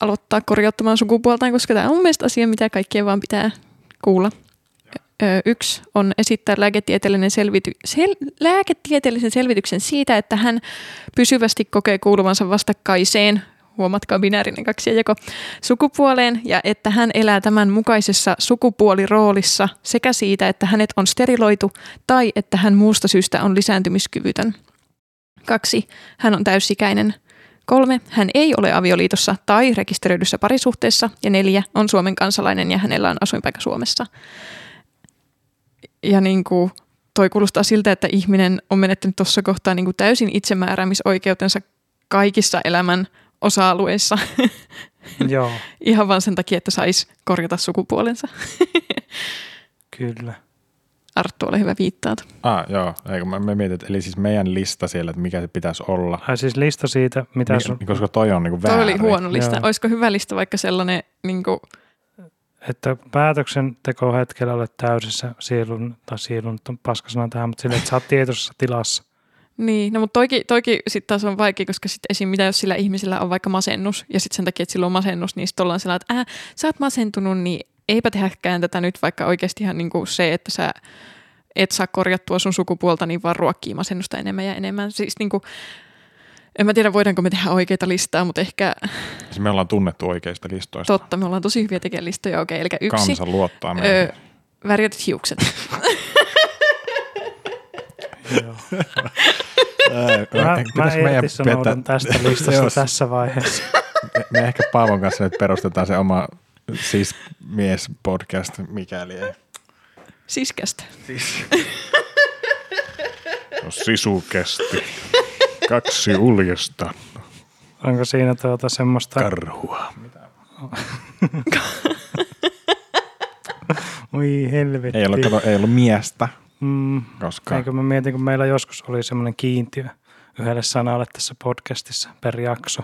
[SPEAKER 1] aloittaa korjauttamaan sukupuoltaan, koska tämä on mun mielestä asia, mitä kaikkien vaan pitää kuulla. Ö, Yksi on esittää lääketieteellinen selvity, sel, lääketieteellisen selvityksen siitä, että hän pysyvästi kokee kuuluvansa vastakkaiseen, huomatkaa binäärinen kaksijako, sukupuoleen ja että hän elää tämän mukaisessa sukupuoliroolissa sekä siitä, että hänet on steriloitu tai että hän muusta syystä on lisääntymiskyvytön. Kaksi, Hän on täysikäinen. Kolme, Hän ei ole avioliitossa tai rekisteröidyssä parisuhteessa. Ja neljä, On Suomen kansalainen ja hänellä on asuinpaikka Suomessa. Ja niin kuin, toi kuulostaa siltä, että ihminen on menettänyt tuossa kohtaa niin kuin täysin itsemääräämisoikeutensa kaikissa elämän osa-alueissa
[SPEAKER 3] Joo,
[SPEAKER 1] ihan vaan sen takia, että saisi korjata sukupuolensa.
[SPEAKER 3] kyllä.
[SPEAKER 1] Arttu, ole hyvä viittaat.
[SPEAKER 2] Ah, joo. Eikö mä, mä mietin, että eli siis meidän lista siellä, että mikä se pitäisi olla.
[SPEAKER 3] Ai siis lista siitä, mitä sun,
[SPEAKER 2] Ni, koska toi on niinku
[SPEAKER 1] Toi oli
[SPEAKER 2] väärin.
[SPEAKER 1] huono lista.
[SPEAKER 3] joo.
[SPEAKER 1] Olisiko hyvä lista vaikka sellainen, niin kuin,
[SPEAKER 3] että päätöksenteko hetkellä olet täydessä sielun, tai sielun nyt on paskasana tähän, mutta silleen, että sä oot tietoisessa tilassa.
[SPEAKER 1] niin, no mutta toki, toki sitten taas on vaikea, koska sitten esim. mitä jos sillä ihmisellä on vaikka masennus, ja sitten sen takia, että sillä on masennus, niin sitten ollaan sellainen, että äh, sä oot masentunut, niin eipä tehäkään tätä nyt, vaikka oikeasti ihan niin kuin se, että sä et saa korjattua sun sukupuolta, niin vaan ruokkii masennusta enemmän ja enemmän. Siis niin kuin, en mä tiedä, voidaanko me tehdä oikeita listaa, mutta ehkä
[SPEAKER 2] Siis me ollaan tunnettu oikeista listoista.
[SPEAKER 1] totta, me ollaan tosi hyviä tekemään listoja. Okei, eli yksi,
[SPEAKER 2] Kansa luottaa meihin.
[SPEAKER 1] öö, värjätyt hiukset.
[SPEAKER 3] Joo.
[SPEAKER 2] Ei,
[SPEAKER 3] Mä,
[SPEAKER 2] ei,
[SPEAKER 3] mä
[SPEAKER 2] pitäis meidän
[SPEAKER 3] irtisanoudun
[SPEAKER 2] petä-
[SPEAKER 3] tästä listasta
[SPEAKER 2] Joo,
[SPEAKER 3] tässä vaiheessa.
[SPEAKER 2] me- Me ehkä Paavon kanssa nyt perustetaan se oma siis mies podcast, mikäli ei.
[SPEAKER 1] Siskästä.
[SPEAKER 2] Siis. No, sisukästi. Kaksi uljesta
[SPEAKER 3] Onko siinä tuota semmoista,
[SPEAKER 2] karhua.
[SPEAKER 3] oi helvetti.
[SPEAKER 2] Ei ollut, kato, ei ollut miestä
[SPEAKER 3] Mm,
[SPEAKER 2] koskaan.
[SPEAKER 3] eikö mä mietin, kun meillä joskus oli semmoinen kiintiö yhdelle sanalle tässä podcastissa per jakso.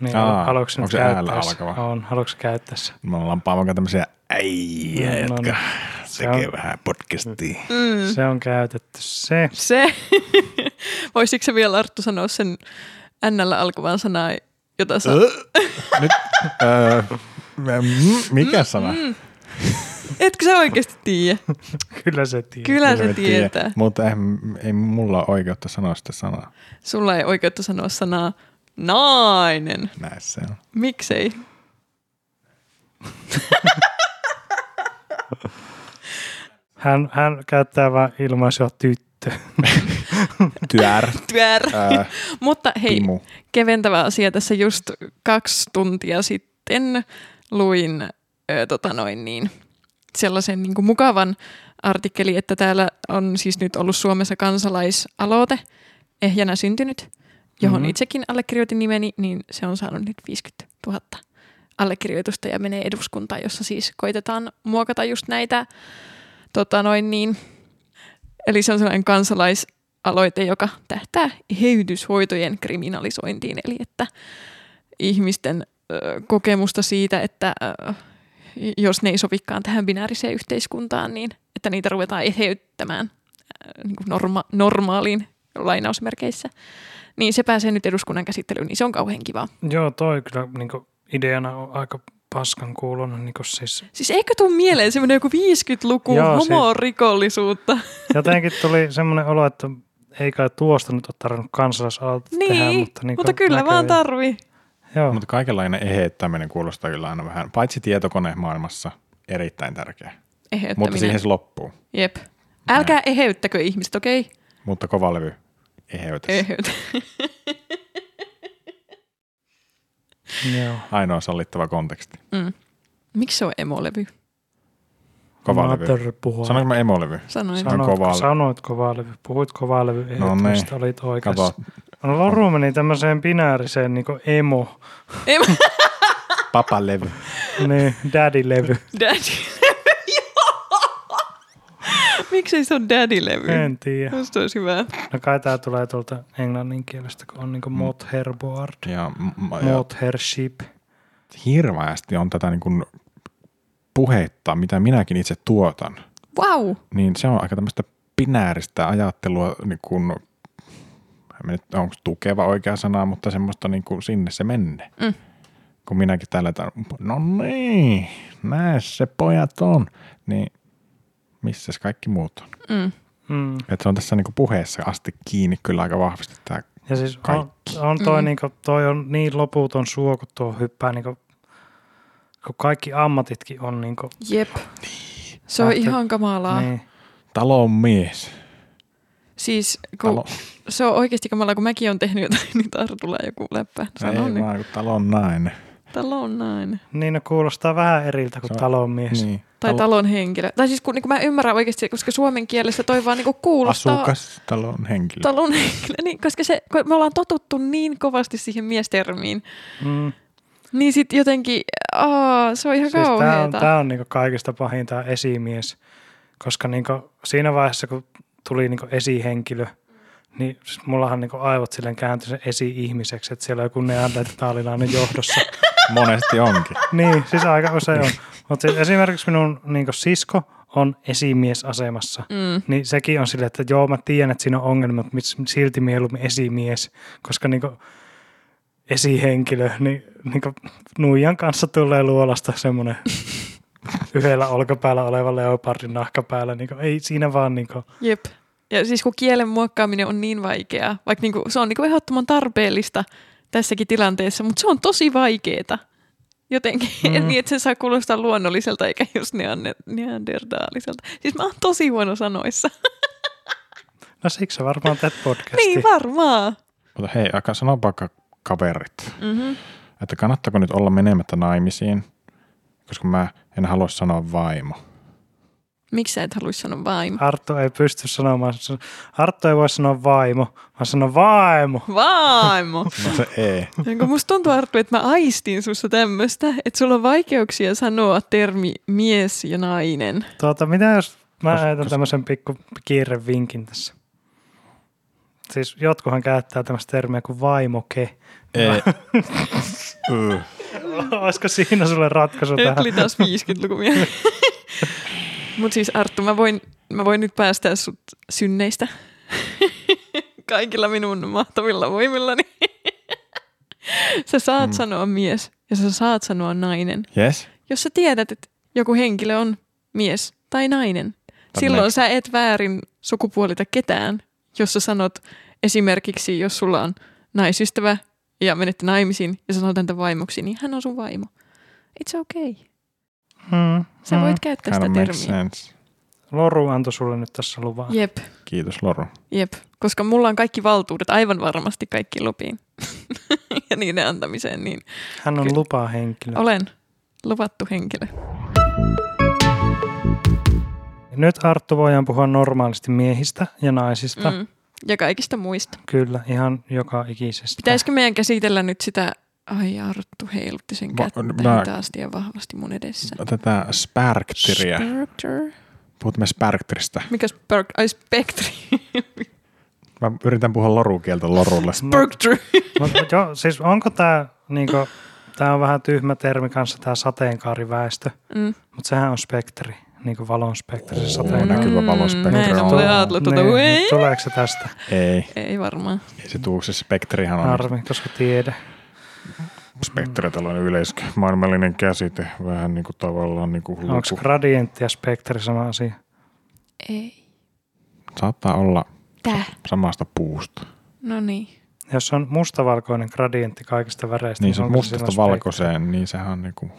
[SPEAKER 3] Niin
[SPEAKER 2] Aa,
[SPEAKER 3] Aa, haluatko sä nyt
[SPEAKER 2] onko se äällä
[SPEAKER 3] käyttää se?
[SPEAKER 2] alkava?
[SPEAKER 3] On, haluatko sä käyttää se?
[SPEAKER 2] Me ollaan Paavon kanssa tämmöisiä äijä,
[SPEAKER 3] No, no
[SPEAKER 2] jotka
[SPEAKER 3] niin. Se
[SPEAKER 2] tekee
[SPEAKER 3] on-
[SPEAKER 2] vähän podcastia.
[SPEAKER 1] Mm.
[SPEAKER 3] Se on käytetty se.
[SPEAKER 1] Se. Voisitko sä vielä Arttu sanoa sen NL alkuvan sanaa, jota sä...
[SPEAKER 2] Nyt, öö, m- mikä sana?
[SPEAKER 1] Etkö sä oikeasti tiedä?
[SPEAKER 3] Kyllä se tiedät.
[SPEAKER 1] Kyllä se
[SPEAKER 2] Ilmeisesti ei.
[SPEAKER 1] tietää.
[SPEAKER 2] Mutta ei, ei mulla ole oikeutta sanoa sitä sanaa.
[SPEAKER 1] Sulla ei oikeutta sanoa sanaa nainen.
[SPEAKER 2] Näin se on.
[SPEAKER 1] Miksei?
[SPEAKER 3] Hän, hän käyttää vain ilmaisua tyttö.
[SPEAKER 2] Tyär.
[SPEAKER 1] Tyär.
[SPEAKER 2] Ää,
[SPEAKER 1] Mutta hei,
[SPEAKER 2] pimu.
[SPEAKER 1] keventävä asia tässä just kaksi tuntia sitten luin ö, tota noin niin, sellaisen niin kuin mukavan artikkeli, että täällä on siis nyt ollut Suomessa kansalaisaloite ehjänä syntynyt, johon
[SPEAKER 3] Mhm.
[SPEAKER 1] mm-hmm. itsekin allekirjoitin nimeni, niin se on saanut nyt 50 000 allekirjoitusta ja menee eduskuntaan, jossa siis koitetaan muokata just näitä tota noin niin. Eli se on sellainen kansalaisaloite, joka tähtää eheytyshoitojen kriminalisointiin, eli että ihmisten ö, kokemusta siitä, että ö, jos ne ei sovikaan tähän binääriseen yhteiskuntaan, niin että niitä ruvetaan eheyttämään ö, niin kuin norma- normaaliin lainausmerkeissä, niin se pääsee nyt eduskunnan käsittelyyn, niin se on kauhean kiva.
[SPEAKER 3] Joo, toi kyllä niin ideana on aika paskan kuulunut. Niin siis,
[SPEAKER 1] Siis eikö tuu mieleen semmoinen joku 50-luku
[SPEAKER 3] Joo, siis-
[SPEAKER 1] homorikollisuutta?
[SPEAKER 3] jotenkin tuli semmoinen olo, että ei kai tuosta nyt ole tarvinnut kansalaisaloitetta
[SPEAKER 1] Niin,
[SPEAKER 3] tehdä, mutta, niin
[SPEAKER 1] Mutta kyllä vaan tarvii.
[SPEAKER 3] Joo,
[SPEAKER 2] Mutta kaikenlainen eheyttäminen kuulostaa kyllä aina vähän, paitsi tietokonemaailmassa, erittäin tärkeä.
[SPEAKER 1] Eheyttäminen.
[SPEAKER 2] Mutta siihen se loppuu.
[SPEAKER 1] Jep. Älkää eheyttäkö ihmiset, okei? Okay?
[SPEAKER 2] Mutta kova levy eheytys.
[SPEAKER 1] Eheytä.
[SPEAKER 3] joo.
[SPEAKER 2] Ainoa sallittava konteksti.
[SPEAKER 1] Mm. Miksi se on emolevy?
[SPEAKER 2] Kova levy.
[SPEAKER 3] Motherboard.
[SPEAKER 2] Sanoinko mä emolevy?
[SPEAKER 1] Sanoin.
[SPEAKER 2] Sa-
[SPEAKER 3] Sanoitko,
[SPEAKER 2] kova
[SPEAKER 3] kova
[SPEAKER 2] levy.
[SPEAKER 3] sanoit kovaa levy, puhuit kovaa levy,
[SPEAKER 2] No
[SPEAKER 3] no
[SPEAKER 2] niin.
[SPEAKER 3] niin. olit oikeassa.
[SPEAKER 2] Kato,
[SPEAKER 3] Kato. No Loru meni tämmöiseen binääriseen niin emo,
[SPEAKER 1] Emo.
[SPEAKER 2] papa levy.
[SPEAKER 3] niin daddy-levy.
[SPEAKER 1] Daddy-levy. Miksei se ole daddy-levy?
[SPEAKER 3] En tiedä.
[SPEAKER 1] Musta olisi hyvä.
[SPEAKER 3] No kai tää tulee tuolta englannin kielestä, kun on niin motherboard,
[SPEAKER 2] Ja, m- ja
[SPEAKER 3] mothership.
[SPEAKER 2] hirveästi on tätä niin kuin puhetta, mitä minäkin itse tuotan.
[SPEAKER 1] Wow.
[SPEAKER 2] niin se on aika tämmöistä binääristä ajattelua, niin kuin, en mä nyt, onko tukeva oikea sana, mutta semmoista niin kuin sinne se menne.
[SPEAKER 1] Mm.
[SPEAKER 2] Kun minäkin täällä, että no niin, näe se pojat on, niin missä kaikki muut on.
[SPEAKER 1] Mm.
[SPEAKER 3] Mm.
[SPEAKER 2] Et se on tässä niin kuin puheessa asti kiinni kyllä aika vahvasti tämä.
[SPEAKER 3] Ja siis on,
[SPEAKER 2] Kaikki.
[SPEAKER 3] on toi,
[SPEAKER 1] Mm.
[SPEAKER 3] mm. niin kuin, toi on niin loputon suo, kun tuo hyppää, niin kuin, kun kaikki ammatitkin on niin kuin,
[SPEAKER 1] Jep. Se on
[SPEAKER 3] Lähtee-
[SPEAKER 1] ihan kamalaa.
[SPEAKER 3] niin,
[SPEAKER 2] Talon mies.
[SPEAKER 1] Siis kun
[SPEAKER 2] Talo,
[SPEAKER 1] se on oikeasti kamalaa, kun mäkin on tehnyt jotain, niin Tartu tulee joku läppä. Sano
[SPEAKER 2] ei
[SPEAKER 1] nyt.
[SPEAKER 2] vaan, kun talon nainen.
[SPEAKER 1] Talo on näin.
[SPEAKER 3] niin no, kuulostaa vähän eriltä kuin
[SPEAKER 2] Se on-
[SPEAKER 3] talonmies.
[SPEAKER 2] Niin.
[SPEAKER 1] Tai
[SPEAKER 2] Tal-
[SPEAKER 1] talon henkilö. Tai siis kun niin mä ymmärrän oikeasti, koska suomen kielessä toi vaan niin kuulostaa
[SPEAKER 2] Asukastalon henkilö.
[SPEAKER 1] talon henkilö. Niin, koska se, kun me ollaan totuttu niin kovasti siihen miestermiin,
[SPEAKER 3] Mm.
[SPEAKER 1] niin sitten jotenkin, aa, se on ihan siis
[SPEAKER 3] Siis tämä on,
[SPEAKER 1] kauheeta.
[SPEAKER 3] tää on niinku kaikista pahin tämä esimies, koska niinku siinä vaiheessa, kun tuli niinku esihenkilö, niin siis mullahan niinku aivot silleen kääntyi sen esi-ihmiseksi, että siellä on joku neandertaalilainen johdossa.
[SPEAKER 2] Monesti onkin.
[SPEAKER 3] niin, siis aika usein on. Mutta siis esimerkiksi minun niinku sisko on esimiesasemassa.
[SPEAKER 1] Mm.
[SPEAKER 3] Niin sekin on silleen, että joo, mä tiedän, että siinä on ongelma, mutta mits- silti mieluummin esimies, koska niinku esihenkilö, niin niinku nuijan kanssa tulee luolasta semmoinen yhdellä olkapäällä oleva leopardin nahka päällä. Niinku, ei siinä vaan, niinku,
[SPEAKER 1] Jep. Ja siis kun kielen muokkaaminen on niin vaikeaa, vaikka niinku, se on niinku ehdottoman tarpeellista tässäkin tilanteessa, mutta se on tosi vaikeeta. Jotenkin mm.
[SPEAKER 3] Mm.
[SPEAKER 1] niin, että se saa kuulostaa luonnolliselta eikä just neanne- neandertaaliselta. Siis mä oon tosi huono sanoissa.
[SPEAKER 3] no siksi sä varmaan teet podcastia.
[SPEAKER 1] Niin varmaan.
[SPEAKER 2] Mutta hei, aika sanoa vaikka kaverit,
[SPEAKER 1] Mm-hmm.
[SPEAKER 2] että kannattaako nyt olla menemättä naimisiin, koska mä en halua sanoa vaimo.
[SPEAKER 1] Miksi sä et haluaisi sanoa vaimo?
[SPEAKER 3] Arttu ei pysty sanomaan, Arttu ei voi sanoa vaimo, vaan sanoo vaimo.
[SPEAKER 1] Vaimo!
[SPEAKER 2] No se ei.
[SPEAKER 1] Niin kun musta tuntuu, Arttu, että mä aistin susta tämmöistä, että sulla on vaikeuksia sanoa termi mies ja nainen.
[SPEAKER 3] Tuota, mitä jos mä
[SPEAKER 2] Kas-
[SPEAKER 3] heitän
[SPEAKER 2] kas-
[SPEAKER 3] tämmöisen pikku kiirevinkin tässä? Siis jotkuhan käyttää tämmöistä termiä kuin vaimoke.
[SPEAKER 2] ei. Yh.
[SPEAKER 3] Olisiko siinä sulle ratkaisu
[SPEAKER 1] Nyt oli
[SPEAKER 3] tähän?
[SPEAKER 1] taas 50-luku Mutta siis Arttu, mä voin, mä voin nyt päästää sut synneistä. Kaikilla minun mahtavilla voimillani. sä saat
[SPEAKER 2] Mm.
[SPEAKER 1] mm. sanoa mies ja sä saat sanoa nainen.
[SPEAKER 2] Yes.
[SPEAKER 1] Jos sä tiedät, että joku henkilö on mies tai nainen, silloin sä et väärin sukupuolita ketään, jos sä sanot esimerkiksi, jos sulla on naisystävä ja menette naimisiin ja sanot häntä vaimoksi, niin hän on sun vaimo. It's okay.
[SPEAKER 3] Mm,
[SPEAKER 1] Sä
[SPEAKER 3] mm.
[SPEAKER 1] voit käyttää
[SPEAKER 2] Kind
[SPEAKER 1] sitä
[SPEAKER 2] of makes
[SPEAKER 1] termiä.
[SPEAKER 2] sense.
[SPEAKER 3] Loru antoi sulle nyt tässä luvan.
[SPEAKER 1] Jep,
[SPEAKER 2] Kiitos Loru.
[SPEAKER 1] jep. Koska mulla on kaikki valtuudet aivan varmasti kaikki lupiin ja niiden antamiseen, niin
[SPEAKER 3] Hän on
[SPEAKER 1] Kyllä.
[SPEAKER 3] lupahenkilö.
[SPEAKER 1] olen luvattu henkilö.
[SPEAKER 3] Nyt Arttu voidaan puhua normaalisti miehistä ja naisista. Mm.
[SPEAKER 1] Mm. Ja kaikista muista.
[SPEAKER 3] Kyllä, ihan joka ikisestä.
[SPEAKER 1] Pitäisikö meidän käsitellä nyt sitä, ai Arttu heilutti sen
[SPEAKER 2] Va-
[SPEAKER 1] kättä
[SPEAKER 2] mä-
[SPEAKER 1] hitaasti ja vahvasti mun edessä.
[SPEAKER 2] Tätä spärktiriä.
[SPEAKER 1] Spectre.
[SPEAKER 2] Puhut me spärktiristä.
[SPEAKER 1] Mikä spark? Ai spektri.
[SPEAKER 2] Mä yritän puhua lorukieltä lorulle.
[SPEAKER 1] Spectre.
[SPEAKER 3] Mut, mut jo, siis onko tämä, niinku, tää on vähän tyhmä termi kanssa, tämä sateenkaariväestö,
[SPEAKER 1] Mm.
[SPEAKER 3] mutta sehän on spektri, niin kuin valon spektri, se
[SPEAKER 2] Oo,
[SPEAKER 3] sateenkaari.
[SPEAKER 2] näkyvä
[SPEAKER 1] Mm,
[SPEAKER 2] valospektri
[SPEAKER 1] näin
[SPEAKER 2] on. Niin.
[SPEAKER 1] tulee Aatlo tuota.
[SPEAKER 3] Niin,
[SPEAKER 1] Ui.
[SPEAKER 3] nyt Tuleeko se tästä?
[SPEAKER 2] Ei.
[SPEAKER 1] Ei varmaan.
[SPEAKER 2] Ei se tuu, se spektrihan on
[SPEAKER 3] Harmi, koska tiedä.
[SPEAKER 2] spektri tällainen yleis maailmallinen käsite. Vähän niin kuin tavallaan niin kuin
[SPEAKER 3] Onko
[SPEAKER 2] luku.
[SPEAKER 3] gradientti ja spektri sama asia?
[SPEAKER 1] Ei.
[SPEAKER 2] Saattaa olla
[SPEAKER 1] Täh.
[SPEAKER 2] samasta puusta.
[SPEAKER 1] No niin.
[SPEAKER 3] Jos on mustavalkoinen gradientti kaikista väreistä,
[SPEAKER 2] Niin se
[SPEAKER 3] onko silloin
[SPEAKER 2] mustasta
[SPEAKER 3] spektri?
[SPEAKER 2] valkoiseen, niin sehän on niinku...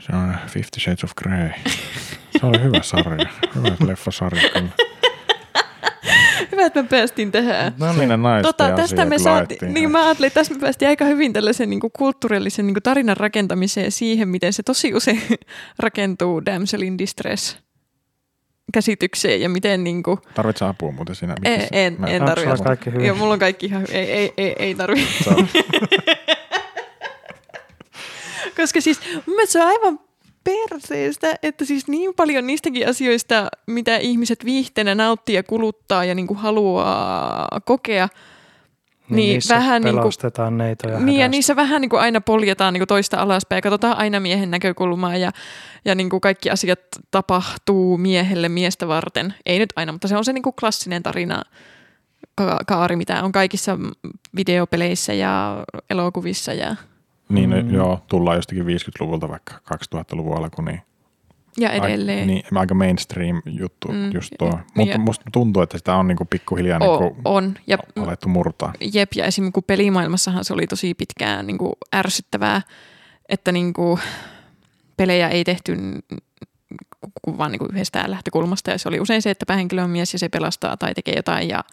[SPEAKER 2] Se on Fifty Shades of Grey. Se oli hyvä sarja. Hyvä leffasarja kyllä.
[SPEAKER 1] Hyvä, että me päästiin tähän.
[SPEAKER 3] No niin,
[SPEAKER 2] Siinä naisten
[SPEAKER 1] Tota,
[SPEAKER 2] asia
[SPEAKER 1] tästä me
[SPEAKER 2] kyllä
[SPEAKER 1] saatiin,
[SPEAKER 2] ajettiin.
[SPEAKER 1] niin mä ajattelin, että tästä me päästiin aika hyvin tällaisen niin kulttuurillisen niin tarinan rakentamiseen ja siihen, miten se tosi usein rakentuu Damsel in Distress käsitykseen ja miten niin kuin,
[SPEAKER 2] Tarvitset apua muuten siinä?
[SPEAKER 1] en,
[SPEAKER 2] Mikä se-
[SPEAKER 1] en,
[SPEAKER 2] Mä-
[SPEAKER 1] en
[SPEAKER 3] Onko
[SPEAKER 1] tarvitse.
[SPEAKER 3] sulla kaikki hyvin?
[SPEAKER 1] Joo, mulla on kaikki ihan, hy- ei, ei, ei, ei tarvi.
[SPEAKER 2] Se on-
[SPEAKER 1] Koska siis mun mielestä se on aivan perseestä, että siis niin paljon niistäkin asioista, mitä ihmiset viihteenä nauttii ja kuluttaa ja niin kuin haluaa kokea, niin
[SPEAKER 3] niissä
[SPEAKER 1] vähän niinku-
[SPEAKER 3] pelastetaan neitoja
[SPEAKER 1] Niin ja
[SPEAKER 3] hädästä.
[SPEAKER 1] niissä vähän niin kuin aina poljetaan niin kuin toista alaspäin ja katsotaan aina miehen näkökulmaa ja, ja niin kuin kaikki asiat tapahtuu miehelle miestä varten. Ei nyt aina, mutta se on se niin kuin klassinen tarina ka- kaari, mitä on kaikissa videopeleissä ja elokuvissa. Ja,
[SPEAKER 2] Niin,
[SPEAKER 3] Mm.
[SPEAKER 2] mm. joo, tullaan jostakin 50-luvulta vaikka 2000-luvun alku, niin,
[SPEAKER 1] ja
[SPEAKER 2] aika-
[SPEAKER 1] edelleen.
[SPEAKER 2] niin aika mainstream juttu
[SPEAKER 1] Mm,
[SPEAKER 2] mm. just tuo.
[SPEAKER 1] ja-
[SPEAKER 2] Mutta musta tuntuu, että sitä on niinku pikkuhiljaa
[SPEAKER 1] O-
[SPEAKER 2] niinku
[SPEAKER 1] on. Ja, mm,
[SPEAKER 2] alettu murtaa.
[SPEAKER 1] Jep, ja esimerkiksi kun pelimaailmassahan se oli tosi pitkään niin kuin ärsyttävää, että niin kuin pelejä ei tehty n- ku- ku- vaan niin kuin yhdestä lähtökulmasta, ja se oli usein se, että päähenkilö on mies ja se pelastaa tai tekee jotain, ja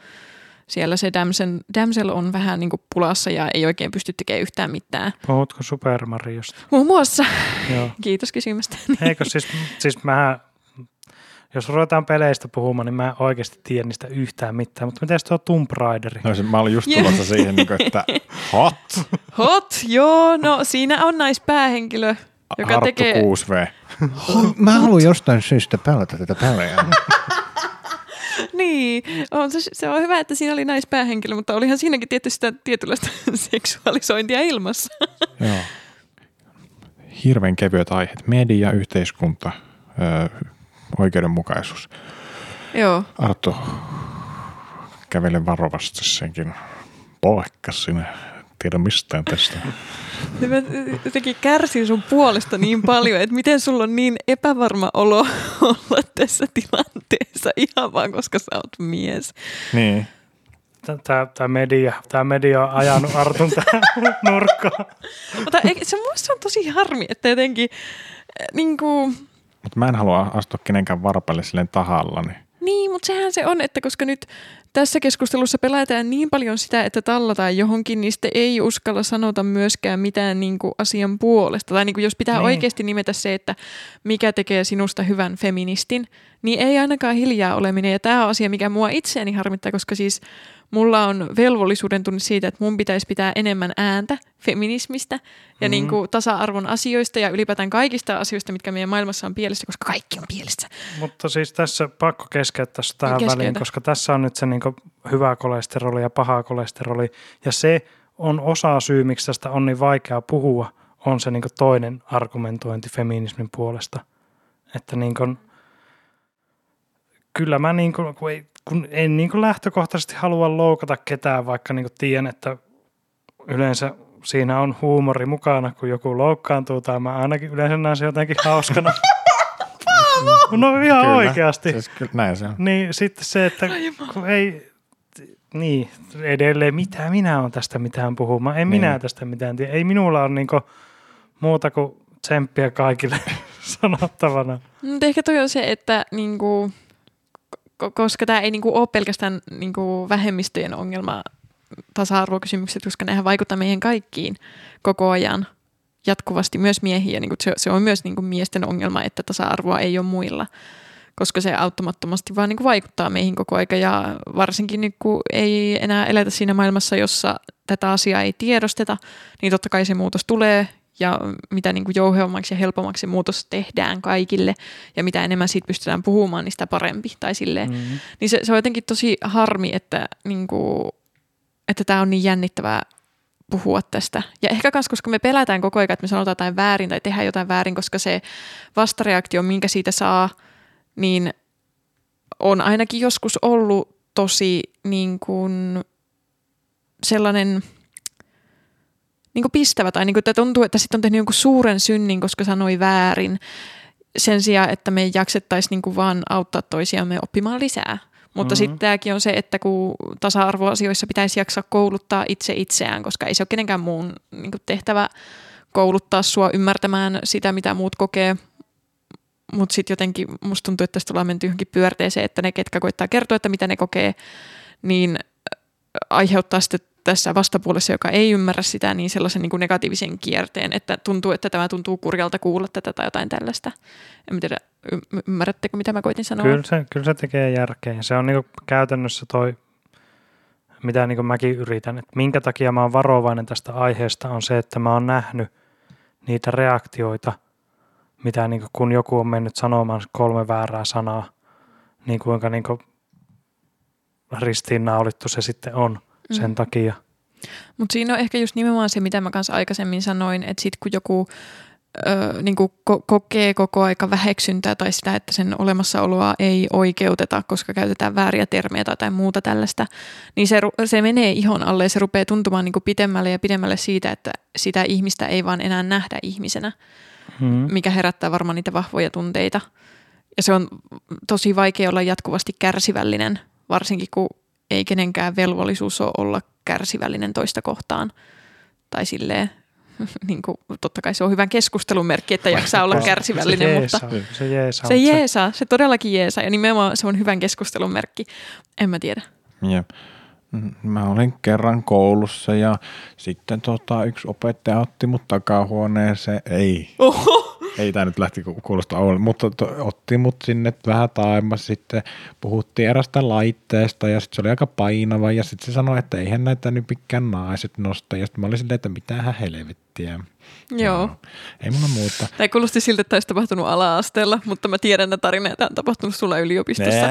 [SPEAKER 1] siellä se damsel, damsel on vähän niin kuin pulassa ja ei oikein pysty tekemään yhtään mitään.
[SPEAKER 3] Puhutko Super Mariosta?
[SPEAKER 1] Muun muassa,
[SPEAKER 3] Joo.
[SPEAKER 1] kiitos kysymästä.
[SPEAKER 3] Eikö siis, siis mähän, jos ruvetaan peleistä puhumaan, niin mä en oikeasti tiedä niistä yhtään mitään. Mutta miten tuo Tomb Raideri?
[SPEAKER 2] No, se, mä olin just tulossa siihen, niin kuin, että hot,
[SPEAKER 1] Hot, joo, no siinä on naispäähenkilö, joka
[SPEAKER 2] Harttu
[SPEAKER 1] tekee...
[SPEAKER 2] 6V.
[SPEAKER 4] Mä haluan jostain syystä pelata tätä peliä.
[SPEAKER 1] Niin, on se, se on hyvä, että siinä oli naispäähenkilö, mutta olihan siinäkin tietysti sitä tietynlaista seksuaalisointia ilmassa.
[SPEAKER 2] Joo. Hirveän kevyet aiheet. Media, yhteiskunta, öö, oikeudenmukaisuus.
[SPEAKER 1] Joo,
[SPEAKER 2] Arttu, kävele varovasti senkin poikkas sinä. Tiedä mistään tästä.
[SPEAKER 1] niin mä jotenkin kärsin sun puolesta niin paljon, että miten sulla on niin epävarma olo olla tässä tilanteessa ihan vaan, koska sä oot mies.
[SPEAKER 2] niin.
[SPEAKER 3] Tämä media, tää media on ajanut Artun tähän nurkkaan.
[SPEAKER 1] Mutta ei- se, mun mielestä se on tosi harmi, että jotenkin niin kuin,
[SPEAKER 2] Mutta mä en halua astua kenenkään varpaille silleen tahallani.
[SPEAKER 1] Niin, mutta sehän se on, että koska nyt tässä keskustelussa pelataan niin paljon sitä, että tallataan johonkin, niin sitten ei uskalla sanota myöskään mitään niin kuin asian puolesta. Tai niin kuin jos pitää
[SPEAKER 3] Niin.
[SPEAKER 1] niin. oikeasti nimetä se, että mikä tekee sinusta hyvän feministin, niin ei ainakaan hiljaa oleminen. Ja tämä on asia, mikä mua itseäni harmittaa, koska siis mulla on velvollisuuden tunne siitä, että mun pitäisi pitää enemmän ääntä feminismistä ja mm. niin kuin tasa-arvon asioista ja ylipäätään kaikista asioista, mitkä meidän maailmassa on pielessä, koska kaikki on pielessä.
[SPEAKER 3] Mutta siis tässä pakko keskeyttää sut tähän
[SPEAKER 1] Keskeytä.
[SPEAKER 3] väliin, koska tässä on nyt se niin hyvä kolesteroli ja paha kolesteroli. Ja se on osa syy, miksi tästä on niin vaikea puhua, on se niin toinen argumentointi feminismin puolesta. Että niin kuin, kyllä mä niin kuin, kun, ei, kun en niin lähtökohtaisesti halua loukata ketään, vaikka niin tiedän, että yleensä siinä on huumori mukana, kun joku loukkaantuu, tai mä ainakin yleensä näen se jotenkin hauskana. No ihan
[SPEAKER 2] Kyllä.
[SPEAKER 3] oikeasti.
[SPEAKER 2] Siis kyllä, näin se on.
[SPEAKER 3] Niin sitten se, että kun ei, niin edelleen mitä minä on tästä mitään puhumaan, ei minä
[SPEAKER 2] Niin.
[SPEAKER 3] tästä mitään tiedä, ei minulla ole niinku muuta kuin tsemppiä kaikille sanottavana.
[SPEAKER 1] Mutta ehkä toi on se, että niinku, ko- koska tämä ei niinku ole pelkästään niinku vähemmistöjen ongelma tasa-arvokysymykset, koska nehän vaikuttaa meihin kaikkiin koko ajan jatkuvasti, myös miehiä. Niinku se, se on myös niinku miesten ongelma, että tasa-arvoa ei ole muilla, koska se auttamattomasti vaan niinku vaikuttaa meihin koko aika ja varsinkin nyt kun ei enää eletä siinä maailmassa, jossa tätä asiaa ei tiedosteta, niin totta kai se muutos tulee ja mitä niin kuin jouhevammaksi ja helpommaksi se muutos tehdään kaikille ja mitä enemmän siitä pystytään puhumaan, niin sitä parempi. Tai silleen. Mm.
[SPEAKER 3] Mm.
[SPEAKER 1] Niin se, se on jotenkin tosi harmi, että niin kuin, että tämä on niin jännittävää puhua tästä. Ja ehkä myös, koska me pelätään koko ajan, että me sanotaan jotain väärin tai tehdään jotain väärin, koska se vastareaktio, minkä siitä saa, niin on ainakin joskus ollut tosi niin kuin sellainen niin kuin pistävä tai niin kuin, että tuntuu, että sitten on tehnyt jonkun suuren synnin, koska sanoi väärin sen sijaan, että me jaksettaisiin niin kuin vaan auttaa toisiamme oppimaan lisää. Mutta
[SPEAKER 3] Mhm.
[SPEAKER 1] mm-hmm. sitten tämäkin on se, että kun tasa-arvoasioissa pitäisi jaksaa kouluttaa itse itseään, koska ei se ole kenenkään muun niin kuin tehtävä kouluttaa sua ymmärtämään sitä, mitä muut kokee. Mutta sitten jotenkin musta tuntuu, että tästä ollaan menty johonkin pyörteeseen, että ne, ketkä koittaa kertoa, että mitä ne kokee, niin aiheuttaa sitten tässä vastapuolessa, joka ei ymmärrä sitä, niin sellaisen niin kuin negatiivisen kierteen, että tuntuu, että tämä tuntuu kurjalta kuulla tätä tai jotain tällaista. En mä tiedä, y- ymmärrättekö mitä mä koitin sanoa?
[SPEAKER 3] Kyllä, se, kyllä se tekee järkeä. Se on niinku käytännössä toi, mitä niinku mäkin yritän. Et minkä takia mä oon varovainen tästä aiheesta on se, että mä oon nähnyt niitä reaktioita, mitä niinku, kun joku on mennyt sanomaan kolme väärää sanaa, niin kuinka niinku ristiinnaulittu se sitten on mm. sen takia.
[SPEAKER 1] Mutta siinä on ehkä just nimenomaan se, mitä mä kanssa aikaisemmin sanoin, että sit kun joku ö, niin kuin ko- kokee koko aika väheksyntää tai sitä, että sen olemassaoloa ei oikeuteta, koska käytetään vääriä termejä tai jotain muuta tällaista, niin se, ru- se menee ihon alle ja se rupeaa tuntumaan niin kuin pitemmälle ja pidemmälle siitä, että sitä ihmistä ei vaan enää nähdä ihmisenä
[SPEAKER 3] Mm.
[SPEAKER 1] mikä herättää varmaan niitä vahvoja tunteita. Ja se on tosi vaikea olla jatkuvasti kärsivällinen, varsinkin kun ei kenenkään velvollisuus ole olla kärsivällinen toista kohtaan. Tai silleen, niin kuin, totta kai se on hyvän keskustelun merkki, että jaksaa olla
[SPEAKER 3] Se-
[SPEAKER 1] kärsivällinen, mutta
[SPEAKER 3] se jeesaa, se jeesaa,
[SPEAKER 1] se
[SPEAKER 3] mut
[SPEAKER 1] jeesaa, se todellakin jeesaa. Ja nimenomaan se on hyvän keskustelun merkki. En mä tiedä.
[SPEAKER 2] Jep. Mm, Mä olin kerran koulussa ja sitten tota, yksi opettaja otti mut takahuoneeseen. Ei,
[SPEAKER 1] Oho!
[SPEAKER 2] ei tämä nyt lähti ku- kuulostaa ollen, mutta to, otti mut sinne vähän taimas sitten. Puhuttiin erästä laitteesta ja sitten se oli aika painava ja sitten se sanoi, että eihän näitä nyt mikään naiset nosta. Ja sitten mä olin silleen, että mitähän helvettiä.
[SPEAKER 1] Joo.
[SPEAKER 2] Ei mulla muuta.
[SPEAKER 1] Tämä kuulosti siltä, että olisi tapahtunut ala-asteella, mutta mä tiedän, että tarina että tämä on tapahtunut sulla yliopistossa.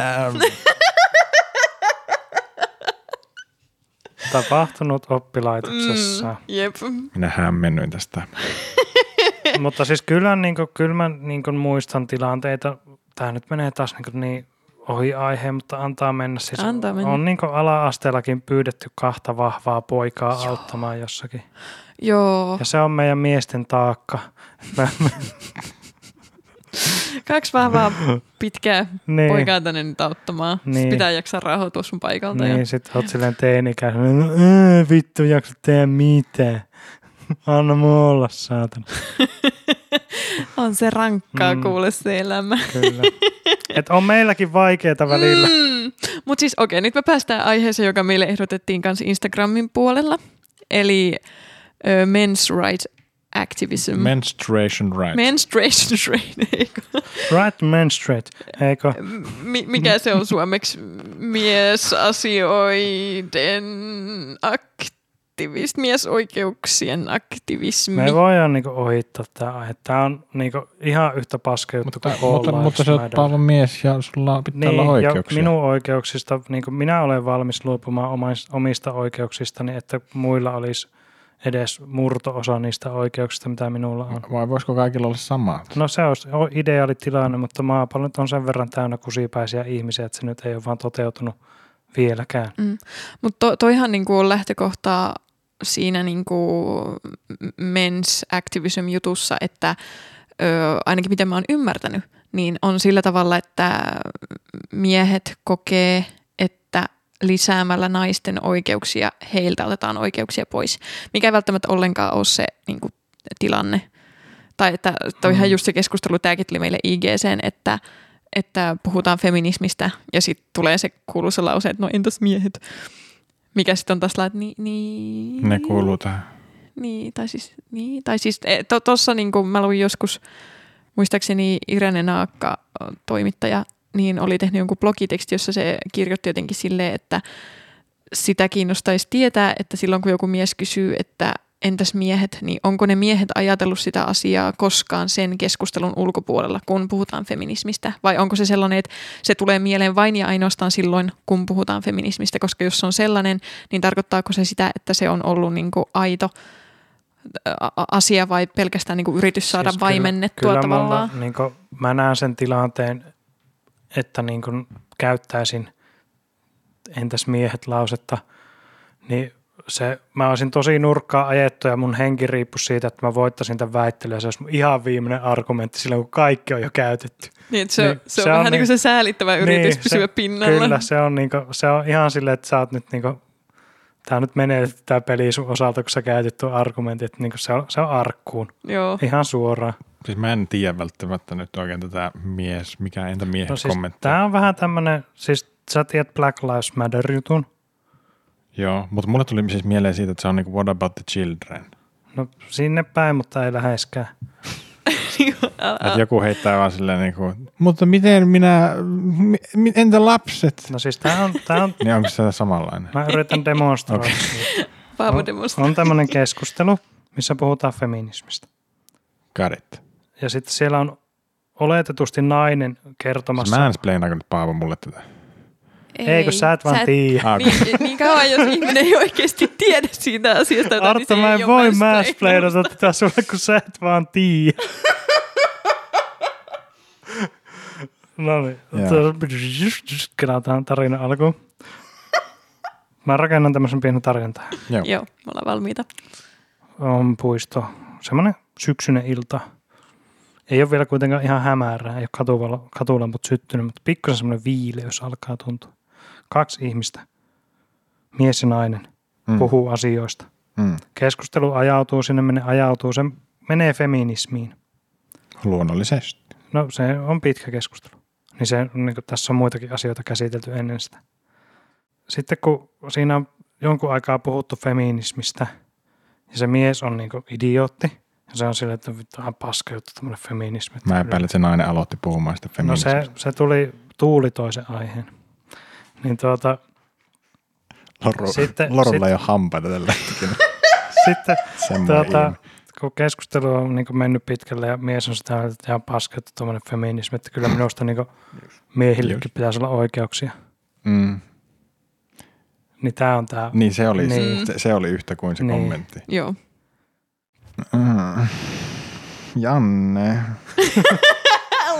[SPEAKER 3] Tapahtunut oppilaitoksessa.
[SPEAKER 1] Mm, Jep.
[SPEAKER 2] Minä hämmennyin tästä.
[SPEAKER 3] Mm. Mutta siis kyllä, niin kuin, kyllä mä niin kuin muistan tilanteita. Tämä nyt menee taas niin, kuin niin ohi aiheen, mutta antaa mennä. Siis
[SPEAKER 1] Antaa mennä.
[SPEAKER 3] On niin kuin ala-asteellakin pyydetty kahta vahvaa poikaa Joo. auttamaan jossakin.
[SPEAKER 1] Joo.
[SPEAKER 3] Ja se on meidän miesten taakka. Me, me,
[SPEAKER 1] Kaksi vahvaa pitkää
[SPEAKER 3] niin,
[SPEAKER 1] poikaa tänne nyt auttamaan. Niin.
[SPEAKER 3] Niin.
[SPEAKER 1] Pitää jaksaa rauhoitua sun paikalta. Niin. Ja...
[SPEAKER 3] niin sit oot silleen teinikäisenä, no ää, vittu jaksa tehdä mitään. Anna mua olla, saatana.
[SPEAKER 1] On se rankkaa mm.
[SPEAKER 3] Mm.
[SPEAKER 1] kuule se elämä.
[SPEAKER 3] Kyllä. Et on meilläkin vaikeeta välillä.
[SPEAKER 1] Mm. Mutta siis okei, nyt me päästään aiheeseen, joka meille ehdotettiin kanssa Instagramin puolella. Eli ö, men's rights activism. Men-
[SPEAKER 2] Menstruation right.
[SPEAKER 1] Menstruation train, eikö?
[SPEAKER 3] Right menstruate, eikö?
[SPEAKER 1] Mi- mikä se on suomeksi? Miesasioiden aktivismi, miesoikeuksien aktivismi.
[SPEAKER 3] Me voidaan niinku ohittaa tämä aihe. Tämä on niinku ihan yhtä paska juttu
[SPEAKER 2] mutta,
[SPEAKER 3] kuin
[SPEAKER 2] mutta,
[SPEAKER 3] koululaiset
[SPEAKER 2] mutta sä oot
[SPEAKER 3] näiden-
[SPEAKER 2] Paavo mies ja sulla pitää niin,
[SPEAKER 3] niin,
[SPEAKER 2] olla
[SPEAKER 3] ja
[SPEAKER 2] oikeuksia.
[SPEAKER 3] minun oikeuksista, niin kuin minä olen valmis luopumaan omais- omista oikeuksistani, että muilla olisi edes murto-osa niistä oikeuksista, mitä minulla on.
[SPEAKER 2] Vai voisiko kaikilla olla samaa?
[SPEAKER 3] No se olisi o- ideaali tilanne, mutta maapallo nyt on sen verran täynnä kusipäisiä ihmisiä, että se nyt ei ole vaan toteutunut vieläkään.
[SPEAKER 1] Mutta to, toihan niinku on lähtökohtaa siinä niinku men's activism jutussa, että ö, ainakin miten mä oon ymmärtänyt, niin on sillä tavalla, että miehet kokee, että lisäämällä naisten oikeuksia heiltä otetaan oikeuksia pois, mikä ei välttämättä ollenkaan ole se niinku, tilanne. Tai että toihan
[SPEAKER 3] Mm.
[SPEAKER 1] just se keskustelu, tämäkin tuli meille IGCen, että, että puhutaan feminismistä ja sitten tulee se kuuluisa lause, että no entäs miehet? Mikä sitten on taas lailla, että niin, niin,
[SPEAKER 2] Ne kuuluu tähän.
[SPEAKER 1] Niin, tai siis, niin, tai siis e, to, tossa niin kuin mä luin joskus, muistaakseni Irene Naakka, ö, toimittaja, niin oli tehnyt jonkun blogiteksti, jossa se kirjoitti jotenkin silleen, että sitä kiinnostaisi tietää, että silloin kun joku mies kysyy, että entäs miehet, niin onko ne miehet ajatellut sitä asiaa koskaan sen keskustelun ulkopuolella, kun puhutaan feminismistä? Vai onko se sellainen, että se tulee mieleen vain ja ainoastaan silloin, kun puhutaan feminismistä? Koska jos se on sellainen, niin tarkoittaako se sitä, että se on ollut niin kuin aito ä, a- asia vai pelkästään niin kuin yritys saada siis
[SPEAKER 3] kyllä-
[SPEAKER 1] vaimennettua
[SPEAKER 3] kyllä mulla,
[SPEAKER 1] tavallaan?
[SPEAKER 3] Niin kuin, mä näen sen tilanteen, että niin kuin käyttäisin entäs miehet lausetta, niin se, mä olisin tosi nurkkaa ajettu ja mun henki riippuisi siitä, että mä voittaisin tämän väittelyä. Se olisi mun ihan viimeinen argumentti silloin, kun kaikki on jo käytetty.
[SPEAKER 1] Niin, että se, niin,
[SPEAKER 3] Niin,
[SPEAKER 1] se on
[SPEAKER 3] se on
[SPEAKER 1] vähän niin kuin se
[SPEAKER 3] niin-
[SPEAKER 1] säälittävä yritys
[SPEAKER 3] Niin,
[SPEAKER 1] pysyä
[SPEAKER 3] se-
[SPEAKER 1] pinnalla.
[SPEAKER 3] Kyllä, se on, niinku, se on ihan silleen, että sä oot nyt niinku, tää nyt menee tää peli sun osalta, kun sä käytit tuon argumentin, että niinku se, on, se on arkkuun.
[SPEAKER 1] Joo.
[SPEAKER 3] Ihan suoraan.
[SPEAKER 2] Siis mä en tiedä välttämättä nyt oikein tätä mies, mikä entä miehen
[SPEAKER 3] No siis
[SPEAKER 2] kommenttia.
[SPEAKER 3] tämä on vähän tämmöinen, siis sä tiedät Black Lives Matter jutun.
[SPEAKER 2] Joo, mutta mulle tuli siis mieleen siitä, että se on niinku What About the Children.
[SPEAKER 3] No sinne päin, mutta ei läheskään.
[SPEAKER 2] Että joku heittää vaan silleen niinku, mutta miten minä, mi, mi- entä lapset?
[SPEAKER 3] No siis tää on, tää on
[SPEAKER 2] Niin onko se samanlainen?
[SPEAKER 3] mä yritän demonstroida.
[SPEAKER 2] Okei.
[SPEAKER 3] Okay.
[SPEAKER 1] Paavo
[SPEAKER 3] on-
[SPEAKER 1] Demosta.
[SPEAKER 3] On tämmöinen keskustelu, missä puhutaan feminismistä.
[SPEAKER 2] Got it. Siis
[SPEAKER 3] Ja sitten siellä on oletetusti nainen kertomassa.
[SPEAKER 2] Mä en spleinaako nyt Paavo mulle tätä.
[SPEAKER 3] Ei, kun sä et vaan tiedä.
[SPEAKER 2] Ah, okei.
[SPEAKER 1] Niin, niin kauan, jos ihminen ei oikeasti tiedä siitä asiasta. jota, niin se
[SPEAKER 3] Arto, mä en
[SPEAKER 1] ole
[SPEAKER 3] voi
[SPEAKER 1] mansplaining.
[SPEAKER 3] mansplainata tätä sulle, kun sä et vaan tiiä. no niin,
[SPEAKER 2] Joo.
[SPEAKER 3] kelataan tarina alkuun. Mä rakennan tämmöisen pienen tarinan tähän.
[SPEAKER 2] Joo.
[SPEAKER 1] Joo, me ollaan valmiita.
[SPEAKER 3] On puisto, semmoinen syksyinen ilta. Ei ole vielä kuitenkaan ihan hämärää, ei ole katuvalo, katulamput syttynyt, mutta pikkusen semmoinen viileys alkaa tuntua. Kaksi ihmistä, mies ja nainen,
[SPEAKER 2] Mm.
[SPEAKER 3] puhuu asioista.
[SPEAKER 2] Mm.
[SPEAKER 3] keskustelu ajautuu sinne, minne ajautuu, se menee feminismiin.
[SPEAKER 2] Luonnollisesti.
[SPEAKER 3] No se on pitkä keskustelu. Niin se, niin kuin tässä on muitakin asioita käsitelty ennen sitä. sitten kun siinä on jonkun aikaa puhuttu feminismistä, ja se mies on niinku idiootti, ja se on silleen, että vittu, ihan paska juttu tämmöinen feminismi.
[SPEAKER 2] Mä epäilen, että se nainen aloitti puhumaan sitä
[SPEAKER 3] No
[SPEAKER 2] feminismistä.
[SPEAKER 3] se, se tuli tuuli toisen aiheen. Niin tuota,
[SPEAKER 2] Loru,
[SPEAKER 3] sitten-
[SPEAKER 2] Lorulla
[SPEAKER 3] sit-
[SPEAKER 2] ei ole hampaita tällä hetkellä.
[SPEAKER 3] sitten
[SPEAKER 2] Semmoinen
[SPEAKER 3] tuota,
[SPEAKER 2] ilme.
[SPEAKER 3] kun keskustelu on niin mennyt pitkälle ja mies on sitä, mieltä, että ihan paska, että tuommoinen feminismi, että kyllä minusta niin miehillekin pitäisi olla oikeuksia.
[SPEAKER 2] Mm.
[SPEAKER 3] Niin tämä on tämä.
[SPEAKER 2] Niin, se oli,
[SPEAKER 1] Niin.
[SPEAKER 2] niin. Se, se oli yhtä kuin se
[SPEAKER 3] Niin.
[SPEAKER 2] niin. kommentti.
[SPEAKER 1] Joo.
[SPEAKER 2] Mm. Janne.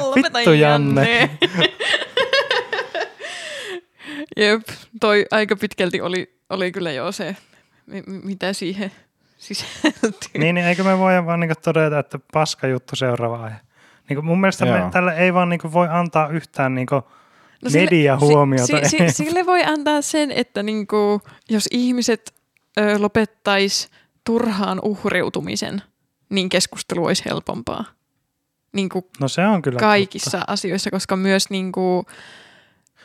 [SPEAKER 1] Lopeta
[SPEAKER 3] Vittu, Janne.
[SPEAKER 1] Jep, toi aika pitkälti oli, oli kyllä jo se, mi- mi- mitä siihen sisältyy.
[SPEAKER 3] Niin, niin eikö me voida vaan niin todeta, että paska juttu seuraava aihe. Niin mun mielestä me,
[SPEAKER 2] Joo.
[SPEAKER 3] tälle ei vaan niin voi antaa yhtään niin media huomiota.
[SPEAKER 1] No Si, si, si, sille voi antaa sen, että niinku, jos ihmiset ö, lopettais turhaan uhriutumisen, niin keskustelu olisi helpompaa. Niinku
[SPEAKER 3] no se on kyllä
[SPEAKER 1] kaikissa asioissa, koska myös niinku,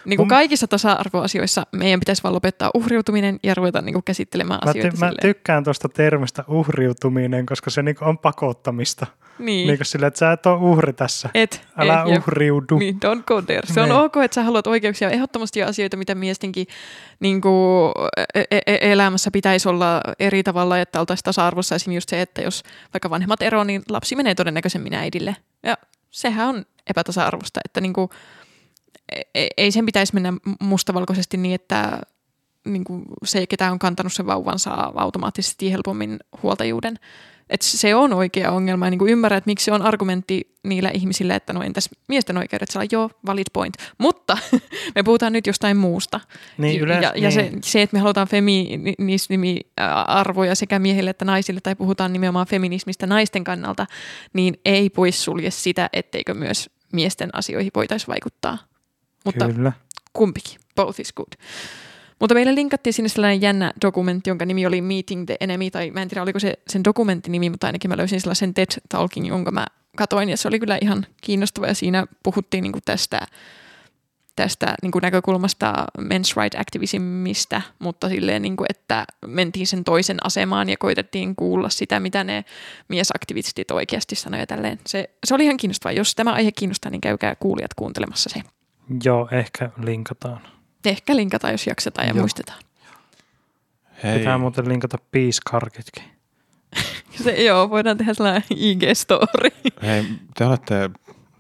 [SPEAKER 1] niinku
[SPEAKER 3] Mun-
[SPEAKER 1] kaikissa tasa-arvoasioissa meidän pitäisi vaan lopettaa uhriutuminen ja ruveta niinku käsittelemään
[SPEAKER 3] Totta. Mä,
[SPEAKER 1] asioita
[SPEAKER 3] ty- mä
[SPEAKER 1] silleen.
[SPEAKER 3] tykkään tuosta termistä uhriutuminen, koska se niin on pakottamista.
[SPEAKER 1] niin.
[SPEAKER 3] Niin. Niin sillä, että sä et ole uhri tässä.
[SPEAKER 1] Et,
[SPEAKER 3] Älä
[SPEAKER 1] et, jep.
[SPEAKER 3] uhriudu.
[SPEAKER 1] Niin, don't go there. Se on
[SPEAKER 3] Ne.
[SPEAKER 1] ok, että sä haluat oikeuksia. Ehdottomasti on asioita, mitä miestenkin niin kuin, e, elämässä pitäisi olla eri tavalla, että oltaisiin tasa-arvossa. Esimerkiksi just se, että jos vaikka vanhemmat eroavat, niin lapsi menee todennäköisemmin äidille. Ja sehän on epätasa-arvosta, että niin kuin, ei- ei sen pitäisi mennä mustavalkoisesti niin, että niin kuin se, ketä on kantanut sen vauvan, saa automaattisesti helpommin huoltajuuden. Et se on oikea ongelma ja niin kuin ymmärrän, että miksi se on argumentti niillä ihmisillä, että no entäs miesten oikeudet, sillä joo, valid point. Mutta me puhutaan nyt jostain muusta.
[SPEAKER 3] Niin, yleensä,
[SPEAKER 1] ja, ja se,
[SPEAKER 3] niin.
[SPEAKER 1] se, että me halutaan feminismi-arvoja sekä miehille että naisille, tai puhutaan nimenomaan feminismistä naisten kannalta, niin ei poissulje sitä, etteikö myös miesten asioihin voitaisiin vaikuttaa. Mutta
[SPEAKER 3] Kyllä.
[SPEAKER 1] kumpikin. Both is good. Mutta meillä linkattiin sinne sellainen jännä dokumentti, jonka nimi oli Meeting the Enemy, tai mä en tiedä oliko se sen dokumentin nimi, mutta ainakin mä löysin sellaisen TED Talkin, jonka mä katoin, ja se oli kyllä ihan kiinnostava, ja siinä puhuttiin niinku tästä, tästä niinku näkökulmasta men's right activismista, mutta silleen, niinku, että mentiin sen toisen asemaan ja koitettiin kuulla sitä, mitä ne miesaktivistit oikeasti sanoi ja tälleen. Se, se oli ihan kiinnostavaa. Jos tämä aihe kiinnostaa, niin käykää kuulijat kuuntelemassa se.
[SPEAKER 3] Joo, ehkä linkataan.
[SPEAKER 1] Ehkä linkata, jos jaksetaan ja
[SPEAKER 3] Joo.
[SPEAKER 1] muistetaan.
[SPEAKER 2] Hei.
[SPEAKER 3] Pitää muuten linkata piiskarkitkin.
[SPEAKER 1] Se, joo, voidaan tehdä sellainen IG-story.
[SPEAKER 2] Hei, te olette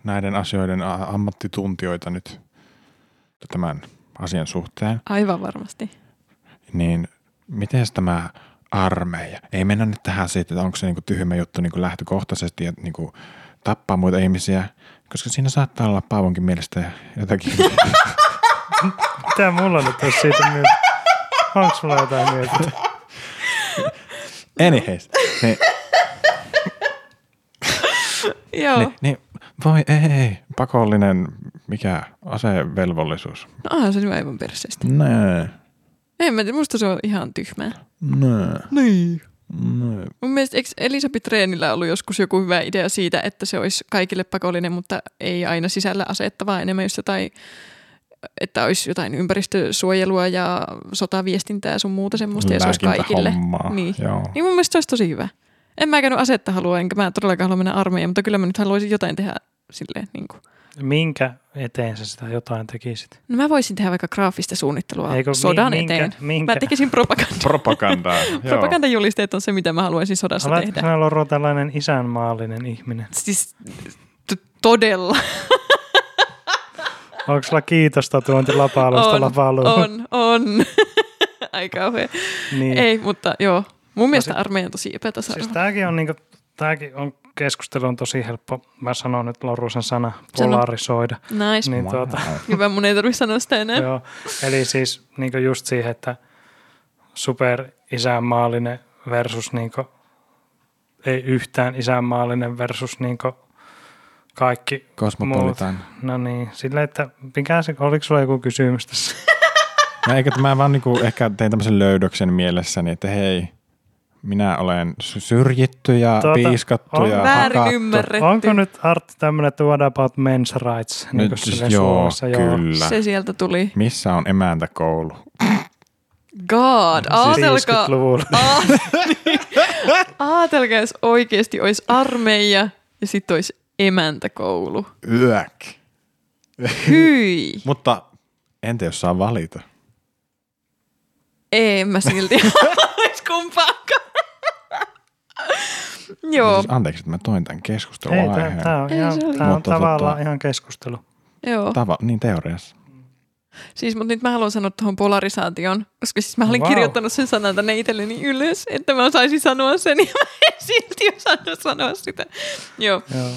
[SPEAKER 2] näiden asioiden a- ammattituntijoita nyt tämän asian suhteen,
[SPEAKER 1] Aivan varmasti.
[SPEAKER 2] niin miten tämä armeija, ei mennä nyt tähän siitä, että onko se niinku tyhmä juttu niinku lähtökohtaisesti ja niinku tappaa muita ihmisiä, koska siinä saattaa olla Paavonkin mielestä jotakin.
[SPEAKER 3] Mitä mulla nyt on siitä mieltä? Onko mulla jotain mieltä?
[SPEAKER 2] Anyways, niin,
[SPEAKER 1] Joo.
[SPEAKER 2] niin, niin, voi ei, pakollinen, mikä asevelvollisuus.
[SPEAKER 1] No onhan se nyt aivan perseestä.
[SPEAKER 2] Nää,
[SPEAKER 1] En mä tiedä, musta se on ihan tyhmää.
[SPEAKER 2] nää,
[SPEAKER 1] Niin.
[SPEAKER 2] nää.
[SPEAKER 1] Mun mielestä eikö Elisabeth Rehnillä ollut joskus joku hyvä idea siitä, että se olisi kaikille pakollinen, mutta ei aina sisällä asettavaa enemmän just jotain, että olisi jotain ympäristösuojelua ja sotaviestintää ja sun muuta semmoista, ja se olisi kaikille.
[SPEAKER 2] Lääkintähommaa,
[SPEAKER 1] Niin.
[SPEAKER 2] Joo.
[SPEAKER 1] Niin mun mielestä se olisi tosi hyvä. En mä käynyt asetta halua, enkä mä todellakaan halua mennä armeijaan, mutta kyllä mä nyt haluaisin jotain tehdä silleen. Niin kuin.
[SPEAKER 3] Minkä eteen sä sitä jotain tekisit?
[SPEAKER 1] No mä voisin tehdä vaikka graafista suunnittelua
[SPEAKER 3] Ei kun
[SPEAKER 1] Eikö,
[SPEAKER 3] mi-
[SPEAKER 1] sodan
[SPEAKER 3] minkä-
[SPEAKER 1] eteen.
[SPEAKER 3] minkä-
[SPEAKER 1] Mä tekisin propagandaa.
[SPEAKER 2] Propagandaa.
[SPEAKER 1] Propagandajulisteet on se, mitä mä haluaisin sodassa
[SPEAKER 3] Oletko
[SPEAKER 1] tehdä.
[SPEAKER 3] sinä Loro tällainen isänmaallinen ihminen?
[SPEAKER 1] Siis t- todella
[SPEAKER 3] Onko sulla kiitosta tuonti lapa-alusta
[SPEAKER 1] On,
[SPEAKER 3] lapa-aluun?
[SPEAKER 1] on, on. Ai kauhea.
[SPEAKER 3] Niin. No
[SPEAKER 1] Ei, mutta joo. Mun mielestä
[SPEAKER 3] sit-
[SPEAKER 1] armeija on tosi epätasa
[SPEAKER 3] Siis tämäkin on, niinku, tämäkin on keskustelu on tosi helppo. Mä sanon nyt Lorusen sana,
[SPEAKER 1] Sano.
[SPEAKER 3] polarisoida.
[SPEAKER 1] Nice.
[SPEAKER 3] Niin tuota,
[SPEAKER 1] Hyvä, mun ei tarvitse sanoa sitä enää.
[SPEAKER 3] Joo, eli siis niin just siihen, että super isänmaallinen versus niin ei yhtään isänmaallinen versus niin kaikki.
[SPEAKER 2] Kosmopolitan.
[SPEAKER 3] No niin, sillä että mikä se, oliko sulla joku kysymys tässä?
[SPEAKER 2] No, eikö mä vaan niinku ehkä tein tämmöisen löydöksen mielessäni, että hei, minä olen sy- syrjitty ja
[SPEAKER 3] Tuota,
[SPEAKER 2] tuota, piiskattu
[SPEAKER 3] on
[SPEAKER 2] ja
[SPEAKER 1] Väärin
[SPEAKER 2] hakattu.
[SPEAKER 1] ymmärretty.
[SPEAKER 3] Onko nyt Artti tämmöinen, että what about men's rights?
[SPEAKER 2] Nyt,
[SPEAKER 3] Niin
[SPEAKER 2] siis
[SPEAKER 3] kuin silleen
[SPEAKER 2] joo,
[SPEAKER 3] Suomessa,
[SPEAKER 2] kyllä.
[SPEAKER 1] Se sieltä tuli.
[SPEAKER 2] Missä on emäntäkoulu?
[SPEAKER 3] Siis
[SPEAKER 1] God, aatelkaa,
[SPEAKER 3] 50-luvulla.
[SPEAKER 1] a- niin. aatelkaa, jos oikeasti olisi armeija ja sitten olisi emäntäkoulu.
[SPEAKER 2] Yök.
[SPEAKER 1] Hyi.
[SPEAKER 2] Mutta entä jos saa valita?
[SPEAKER 1] Ei mä silti haluaisi kumpaakaan.
[SPEAKER 2] Joo.
[SPEAKER 1] joo,
[SPEAKER 2] Siis anteeksi, että mä toin tämän keskustelun
[SPEAKER 3] Ei,
[SPEAKER 2] aiheen.
[SPEAKER 3] tämä on,
[SPEAKER 1] Ei,
[SPEAKER 3] ihan,
[SPEAKER 1] se oli-
[SPEAKER 3] tää on
[SPEAKER 2] Mutta tota-
[SPEAKER 3] tavallaan ihan keskustelu.
[SPEAKER 1] joo.
[SPEAKER 2] Tava, niin teoriassa.
[SPEAKER 1] Siis, mutta nyt mä haluan sanoa tuohon polarisaation, koska siis mä olin
[SPEAKER 3] Vau.
[SPEAKER 1] wow. kirjoittanut sen sanan tänne itselleni ylös, että mä osaisin sanoa sen, ja mä en silti osannut sanoa sitä. Joo.
[SPEAKER 3] Joo.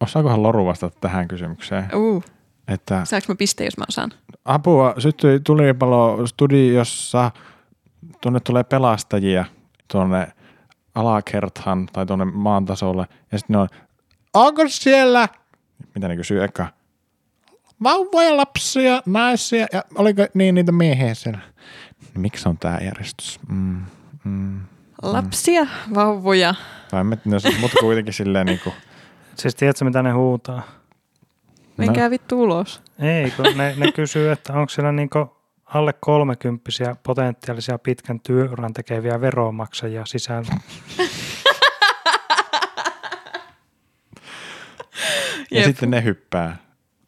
[SPEAKER 2] Osaakohan Loru vastata tähän kysymykseen?
[SPEAKER 1] Uh,
[SPEAKER 2] Että
[SPEAKER 1] saanko mä pisteen, jos mä osaan?
[SPEAKER 2] Mm. apua, syttyi tulipalo studiossa. Tuonne tulee pelastajia tuonne alakertaan tai tuonne maan tasolle. Ja sitten ne on, onko siellä? Mitä ne kysyy eka? Vauvoja, lapsia, naisia ja oliko niin niitä miehiä siellä? No, Miksi on tämä järjestys? Mm, mm.
[SPEAKER 1] Lapsia, vauvoja.
[SPEAKER 2] Tai en mä no tiedä, mutta kuitenkin silleen niinku.
[SPEAKER 3] Siis tiedätkö, mitä ne huutaa?
[SPEAKER 1] Menkää vittu ulos.
[SPEAKER 3] Ei, kun ne, ne kysyy, että onko siellä niinku alle kolmekymppisiä potentiaalisia pitkän työuran tekeviä veronmaksajia sisällä.
[SPEAKER 2] Ja
[SPEAKER 1] Jep.
[SPEAKER 2] sitten ne hyppää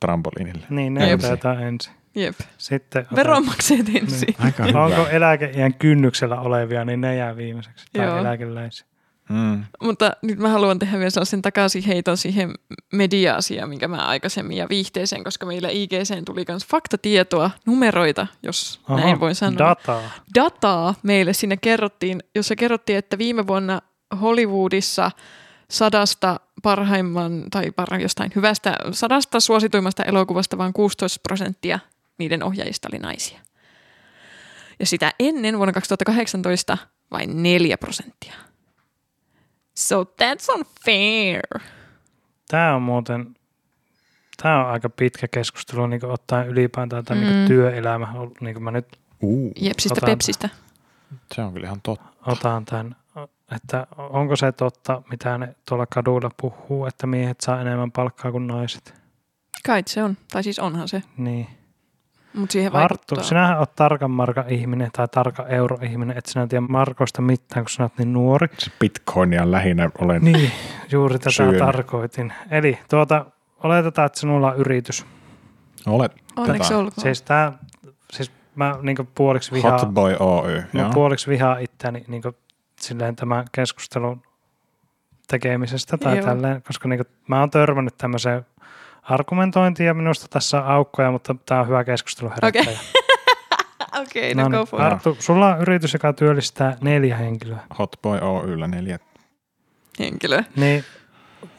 [SPEAKER 2] trampoliinille.
[SPEAKER 3] Niin, ne
[SPEAKER 1] Jep.
[SPEAKER 3] otetaan ensin.
[SPEAKER 1] Jep.
[SPEAKER 3] Sitten otetaan-
[SPEAKER 1] Veronmaksajat ensin.
[SPEAKER 2] Aika hyvä.
[SPEAKER 3] Onko eläkeiän kynnyksellä olevia, niin ne jää viimeiseksi. Tai
[SPEAKER 1] Joo.
[SPEAKER 3] eläkeläisiä.
[SPEAKER 2] Mm.
[SPEAKER 1] Mutta nyt mä haluan tehdä vielä sellaisen takaisin heiton siihen media-asiaan, minkä mä aikaisemmin ja viihteeseen, koska meillä IGC tuli myös faktatietoa, numeroita, jos Aha, näin voi sanoa.
[SPEAKER 3] Dataa.
[SPEAKER 1] dataa meille sinne kerrottiin, jossa kerrottiin, että viime vuonna Hollywoodissa sadasta parhaimman tai par- jostain hyvästä, sadasta suosituimmasta elokuvasta vain 16 prosenttia niiden ohjaajista oli naisia. Ja sitä ennen vuonna 2018 vain 4 prosenttia. So that's unfair.
[SPEAKER 3] Tämä on muuten, tämä on aika pitkä keskustelu niin ottaen ylipäätään tämä mm. niin työelämä. Niin kuin mä nyt
[SPEAKER 2] Uu,
[SPEAKER 1] Jepsistä
[SPEAKER 3] Otan.
[SPEAKER 1] pepsistä.
[SPEAKER 2] se on kyllä ihan totta.
[SPEAKER 3] otan tämän, että onko se totta, mitä ne tuolla kaduilla puhuu, että miehet saa enemmän palkkaa kuin naiset.
[SPEAKER 1] Kai se on. Tai siis onhan se.
[SPEAKER 3] Niin.
[SPEAKER 1] Mutta siihen
[SPEAKER 3] Arttu,
[SPEAKER 1] vaikuttaa.
[SPEAKER 3] sinähän oot tarkan marka ihminen tai tarka euro ihminen, että sinä en tiedä Markosta mitään, kun sinä oot niin nuori.
[SPEAKER 2] Se bitcoinia lähinnä olen. Niin.
[SPEAKER 3] Niin, juuri tätä
[SPEAKER 2] Syönyt.
[SPEAKER 3] tarkoitin. Eli tuota, oletetaan, että sinulla on yritys.
[SPEAKER 2] Olet
[SPEAKER 1] Onneksi
[SPEAKER 2] tätä.
[SPEAKER 1] olkoon.
[SPEAKER 3] Siis tää, siis mä niin puoliksi vihaan.
[SPEAKER 2] Hot Boy Oy.
[SPEAKER 3] Mä
[SPEAKER 2] joo.
[SPEAKER 3] puoliksi vihaa itseäni niin silleen tämän keskustelun tekemisestä tai
[SPEAKER 1] Joo.
[SPEAKER 3] Joo. tälleen, koska niin kuin, mä oon törmännyt tämmöiseen argumentointiin ja minusta tässä on aukkoja, mutta tämä on hyvä keskustelu herättäjä. Okay.
[SPEAKER 1] Okei, okay,
[SPEAKER 2] niin.
[SPEAKER 1] no go for it.
[SPEAKER 3] Arttu, sulla on yritys, joka työllistää neljä henkilöä.
[SPEAKER 2] Hot Boy Oyllä neljä.
[SPEAKER 1] Henkilö.
[SPEAKER 3] Niin